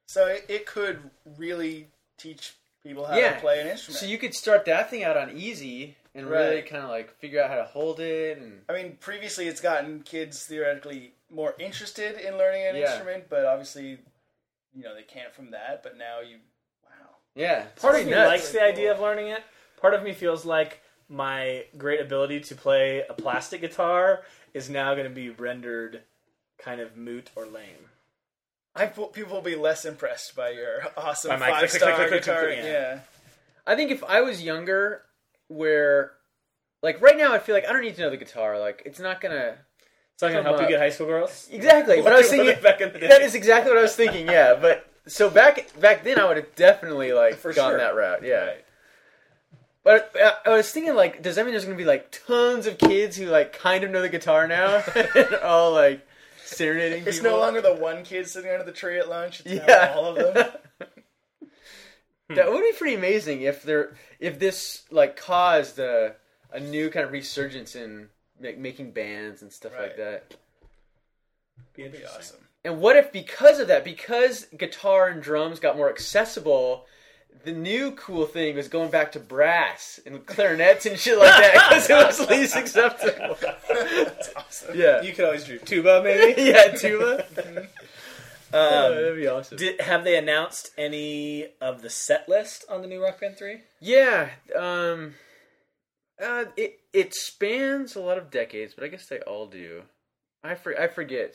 [SPEAKER 2] So it, it could really teach people how
[SPEAKER 3] Yeah.
[SPEAKER 2] to play an instrument.
[SPEAKER 3] So you could start that thing out on easy and really
[SPEAKER 2] Right.
[SPEAKER 3] kind of like figure out how to hold it and
[SPEAKER 2] I mean, previously it's gotten kids theoretically more interested in learning an
[SPEAKER 3] Yeah.
[SPEAKER 2] instrument, but obviously, you know, they can't from that. But now you, wow,
[SPEAKER 3] yeah.
[SPEAKER 1] Part of
[SPEAKER 3] It's
[SPEAKER 1] me
[SPEAKER 3] nuts.
[SPEAKER 1] likes the idea of learning it. Part of me feels like my great ability to play a plastic guitar is now going to be rendered kind of moot or lame.
[SPEAKER 2] I feel- people will be less impressed by your awesome
[SPEAKER 1] By my click,
[SPEAKER 2] five
[SPEAKER 1] click,
[SPEAKER 2] star
[SPEAKER 1] click, click,
[SPEAKER 2] guitar.
[SPEAKER 1] click, click,
[SPEAKER 2] yeah.
[SPEAKER 3] I think if I was younger, where like right now, I feel like I don't need to know the guitar. Like it's not gonna
[SPEAKER 1] It's not going to
[SPEAKER 3] Come
[SPEAKER 1] help you
[SPEAKER 3] up.
[SPEAKER 1] get high school girls.
[SPEAKER 3] exactly. But I was
[SPEAKER 1] Like you were
[SPEAKER 3] thinking
[SPEAKER 1] back in the day.
[SPEAKER 3] that is exactly what I was thinking. Yeah, but so back back then, I would have definitely like
[SPEAKER 1] For
[SPEAKER 3] gone
[SPEAKER 1] sure.
[SPEAKER 3] that route. Yeah. But uh, I- I was thinking, like, does that mean there's gonna be like tons of kids who like kind of know the guitar now, and all like serenading?
[SPEAKER 2] It's
[SPEAKER 3] people?
[SPEAKER 2] no longer the one kid sitting under the tree at lunch. It's
[SPEAKER 3] Yeah.
[SPEAKER 2] now all of them.
[SPEAKER 3] That would be pretty amazing if there if this like caused a a new kind of resurgence in like, making bands and stuff like
[SPEAKER 2] Right.
[SPEAKER 3] that.
[SPEAKER 1] Be
[SPEAKER 2] That'd be
[SPEAKER 1] interesting.
[SPEAKER 2] awesome.
[SPEAKER 3] And what if because of that, because guitar and drums got more accessible, the new cool thing was going back to brass and clarinets and shit like that because it was least acceptable.
[SPEAKER 2] That's awesome.
[SPEAKER 3] Yeah,
[SPEAKER 1] You could always do tuba, maybe.
[SPEAKER 3] yeah, tuba. Oh,
[SPEAKER 1] um,
[SPEAKER 3] that'd be awesome.
[SPEAKER 1] did, have they announced any of the set list on the new Rock Band 3?
[SPEAKER 3] Yeah, um, uh, it it spans a lot of decades, but I guess they all do. I for, I forget.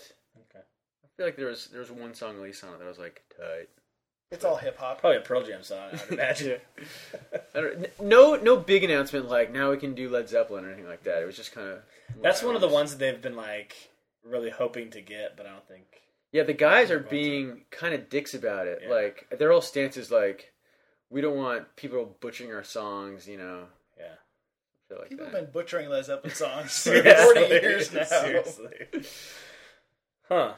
[SPEAKER 1] Okay.
[SPEAKER 3] I feel like there was there was one song released on it that was like tight.
[SPEAKER 2] It's all hip hop.
[SPEAKER 1] Probably a Pearl Jam song, I would imagine.
[SPEAKER 3] I don't, n- no no big announcement like now we can do Led Zeppelin or anything like that. It was just kind of
[SPEAKER 1] That's one of the ones that they've been like really hoping to get, but I don't think.
[SPEAKER 3] Yeah, the guys are
[SPEAKER 1] Going to.
[SPEAKER 3] being kind of dicks about it.
[SPEAKER 1] Yeah.
[SPEAKER 3] Like their whole stance is like, we don't want people butchering our songs. You know,
[SPEAKER 1] Yeah.
[SPEAKER 3] shit like
[SPEAKER 2] People
[SPEAKER 3] that.
[SPEAKER 2] have been butchering Led Zeppelin songs for
[SPEAKER 3] Yeah.
[SPEAKER 2] 40 years now.
[SPEAKER 1] Seriously. Huh.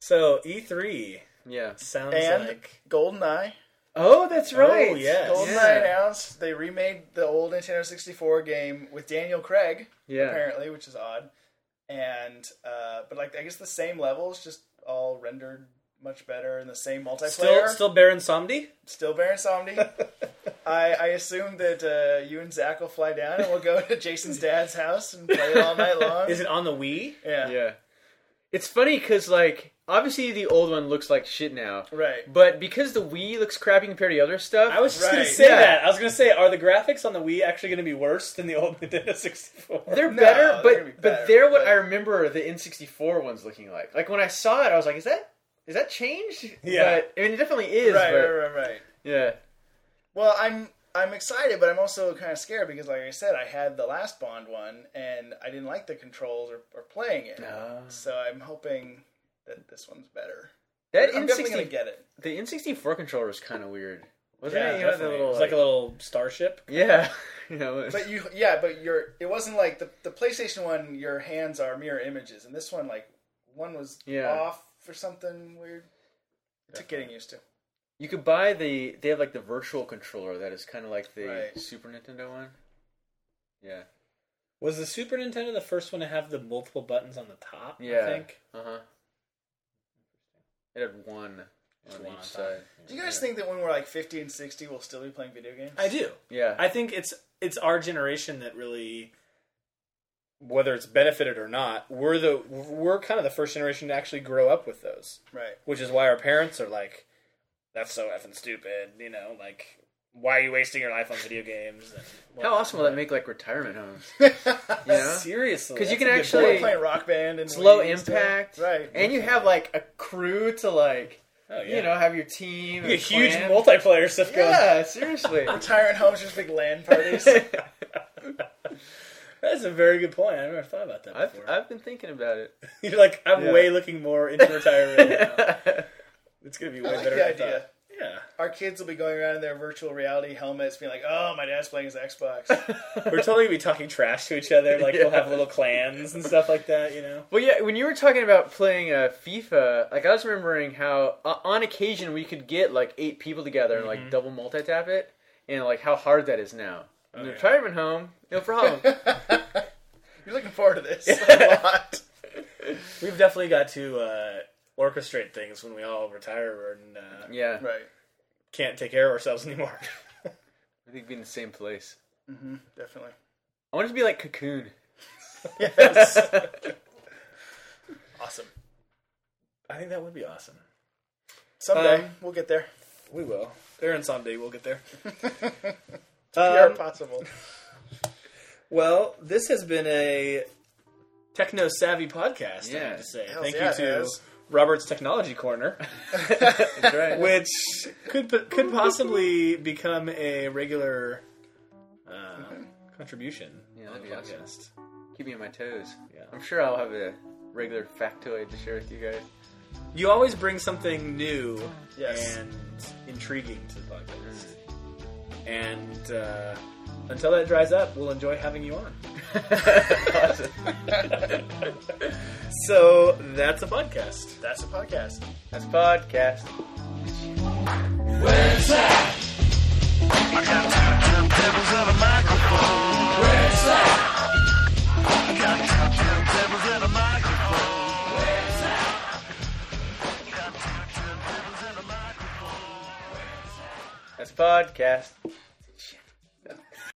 [SPEAKER 1] So E3
[SPEAKER 3] Yeah.
[SPEAKER 1] sounds
[SPEAKER 2] And
[SPEAKER 1] like
[SPEAKER 2] GoldenEye.
[SPEAKER 3] Oh, that's right.
[SPEAKER 1] Oh, yes.
[SPEAKER 2] GoldenEye
[SPEAKER 3] Yeah.
[SPEAKER 2] announced they remade the old Nintendo 64 game with Daniel Craig,
[SPEAKER 3] Yeah.
[SPEAKER 2] apparently, which is odd. And, uh, but like, I guess the same levels, just all rendered much better in the same multiplayer.
[SPEAKER 1] still still Baron Somdi.
[SPEAKER 2] Still Baron Somni. I, I assume that uh, you and Zach will fly down and we'll go to Jason's dad's house and play it all night long.
[SPEAKER 1] Is it on the Wii?
[SPEAKER 2] yeah.
[SPEAKER 3] Yeah. It's funny because like obviously the old one looks like shit now,
[SPEAKER 2] Right.
[SPEAKER 3] but because the Wii looks crappy compared to the other stuff,
[SPEAKER 1] I was just gonna
[SPEAKER 2] Right.
[SPEAKER 1] say
[SPEAKER 3] Yeah.
[SPEAKER 1] that. I was gonna say, are the graphics on the Wii actually gonna be worse than the old Nintendo 64?
[SPEAKER 3] they're
[SPEAKER 2] No,
[SPEAKER 3] better.
[SPEAKER 2] they're
[SPEAKER 3] But
[SPEAKER 2] gonna be better,
[SPEAKER 3] but they're what
[SPEAKER 2] but-
[SPEAKER 3] I remember the N64 ones looking like. Like when I saw it, I was like, is that is that changed?
[SPEAKER 1] Yeah.
[SPEAKER 3] But, I mean, it definitely is.
[SPEAKER 2] right,
[SPEAKER 3] but-
[SPEAKER 2] right, right, right.
[SPEAKER 3] Yeah.
[SPEAKER 2] Well, I'm I'm excited, but I'm also kind of scared because, like I said, I had the last Bond one and I didn't like the controls or, or playing it.
[SPEAKER 3] Ah.
[SPEAKER 2] So I'm hoping that this one's better.
[SPEAKER 3] That
[SPEAKER 2] I'm definitely gonna
[SPEAKER 3] N64
[SPEAKER 2] get it.
[SPEAKER 3] The N64 controller was kind of weird. Wasn't
[SPEAKER 2] Yeah,
[SPEAKER 3] it? You had the
[SPEAKER 2] definitely.
[SPEAKER 3] little,
[SPEAKER 1] It's like a little starship.
[SPEAKER 3] yeah. You know, it was-
[SPEAKER 2] But you, yeah, but your it wasn't like the the PlayStation one. Your hands are mirror images, and this one, like one was
[SPEAKER 3] Yeah.
[SPEAKER 2] off for something weird. It took getting used to.
[SPEAKER 3] you could buy the. They have like the virtual controller that is kind of like the
[SPEAKER 2] Right.
[SPEAKER 3] Super Nintendo one. Yeah.
[SPEAKER 1] Was the Super Nintendo the first one to have the multiple buttons on the top?
[SPEAKER 3] Yeah.
[SPEAKER 1] I think.
[SPEAKER 3] Uh huh. It had one
[SPEAKER 1] Just
[SPEAKER 3] on
[SPEAKER 1] one
[SPEAKER 3] each
[SPEAKER 1] on top.
[SPEAKER 3] side.
[SPEAKER 2] Do you guys think that when we're like 50 and 60, we'll still be playing video games?
[SPEAKER 1] I do.
[SPEAKER 3] Yeah.
[SPEAKER 1] I think it's it's our generation that really, whether it's benefited or not, we're the we're kind of the first generation to actually grow up with those,
[SPEAKER 2] Right.
[SPEAKER 1] which is why our parents are like, "That's so effing stupid," you know, like, "Why are you wasting your life on video games?" And,
[SPEAKER 3] How awesome will that make like retirement homes? You
[SPEAKER 2] yeah.
[SPEAKER 3] know?
[SPEAKER 1] Seriously,
[SPEAKER 3] 'Cause
[SPEAKER 1] that's
[SPEAKER 3] you can
[SPEAKER 1] a good
[SPEAKER 3] actually-
[SPEAKER 1] point.
[SPEAKER 2] We're playing rock band and
[SPEAKER 3] It's low
[SPEAKER 2] Wii and stuff.
[SPEAKER 3] impact.
[SPEAKER 2] Right.
[SPEAKER 3] And you have like a crew to like,
[SPEAKER 1] Oh, yeah.
[SPEAKER 3] you know, have your team.
[SPEAKER 1] You get
[SPEAKER 3] and
[SPEAKER 1] huge
[SPEAKER 3] plan.
[SPEAKER 1] multiplayer stuff
[SPEAKER 3] Yeah, seriously.
[SPEAKER 2] Tyrant homes just big land parties.
[SPEAKER 1] going. That's a very good point. I never thought about that
[SPEAKER 3] I've,
[SPEAKER 1] before.
[SPEAKER 3] I've been thinking about it.
[SPEAKER 1] You're like, I'm
[SPEAKER 3] Yeah.
[SPEAKER 1] way looking more into retirement. now. It's gonna be way
[SPEAKER 2] I like
[SPEAKER 1] better.
[SPEAKER 2] the
[SPEAKER 1] than I
[SPEAKER 2] idea.
[SPEAKER 1] thought. Yeah.
[SPEAKER 2] our kids will be going around in their virtual reality helmets, being like, "Oh, my dad's playing his Xbox."
[SPEAKER 1] We're totally gonna be talking trash to each other. Like we'll have little clans and stuff like that. You know.
[SPEAKER 3] Well, yeah, when you were talking about playing uh, FIFA, like I was remembering how uh, on occasion we could get like eight people together and like double multi-tap it, and like how hard that is now. In the
[SPEAKER 1] yeah.
[SPEAKER 3] retirement home, no problem.
[SPEAKER 2] You're looking forward to this a lot.
[SPEAKER 1] We've definitely got to uh, orchestrate things when we all retire and uh,
[SPEAKER 3] yeah,
[SPEAKER 2] Right.
[SPEAKER 1] can't take care of ourselves anymore.
[SPEAKER 3] I think be in the same place.
[SPEAKER 2] hmm Definitely.
[SPEAKER 3] I want it to be like Cocoon.
[SPEAKER 2] Yes. awesome.
[SPEAKER 1] I think that would be awesome.
[SPEAKER 2] Someday
[SPEAKER 3] Um,
[SPEAKER 2] we'll get there.
[SPEAKER 1] We will. There and someday we'll get there.
[SPEAKER 2] We are
[SPEAKER 1] Um,
[SPEAKER 2] possible.
[SPEAKER 1] well, this has been a techno savvy podcast. I
[SPEAKER 3] Yeah.
[SPEAKER 1] have to say
[SPEAKER 2] Hells
[SPEAKER 1] thank
[SPEAKER 2] yeah,
[SPEAKER 1] you
[SPEAKER 2] it
[SPEAKER 1] to
[SPEAKER 2] is.
[SPEAKER 1] Robert's Technology Corner,
[SPEAKER 3] That's right.
[SPEAKER 1] which could could possibly become a regular uh, contribution.
[SPEAKER 3] Yeah,
[SPEAKER 1] on
[SPEAKER 3] that'd
[SPEAKER 1] the
[SPEAKER 3] be awesome.
[SPEAKER 1] podcast.
[SPEAKER 3] Keep me on my toes.
[SPEAKER 1] Yeah.
[SPEAKER 3] I'm sure I'll have a regular factoid to share with you guys.
[SPEAKER 1] You always bring something new
[SPEAKER 2] Yes.
[SPEAKER 1] and intriguing to the podcast. And uh, until that dries up, we'll enjoy having you on.
[SPEAKER 3] awesome.
[SPEAKER 1] So that's a podcast.
[SPEAKER 2] That's a podcast.
[SPEAKER 3] That's podcast. That's podcast.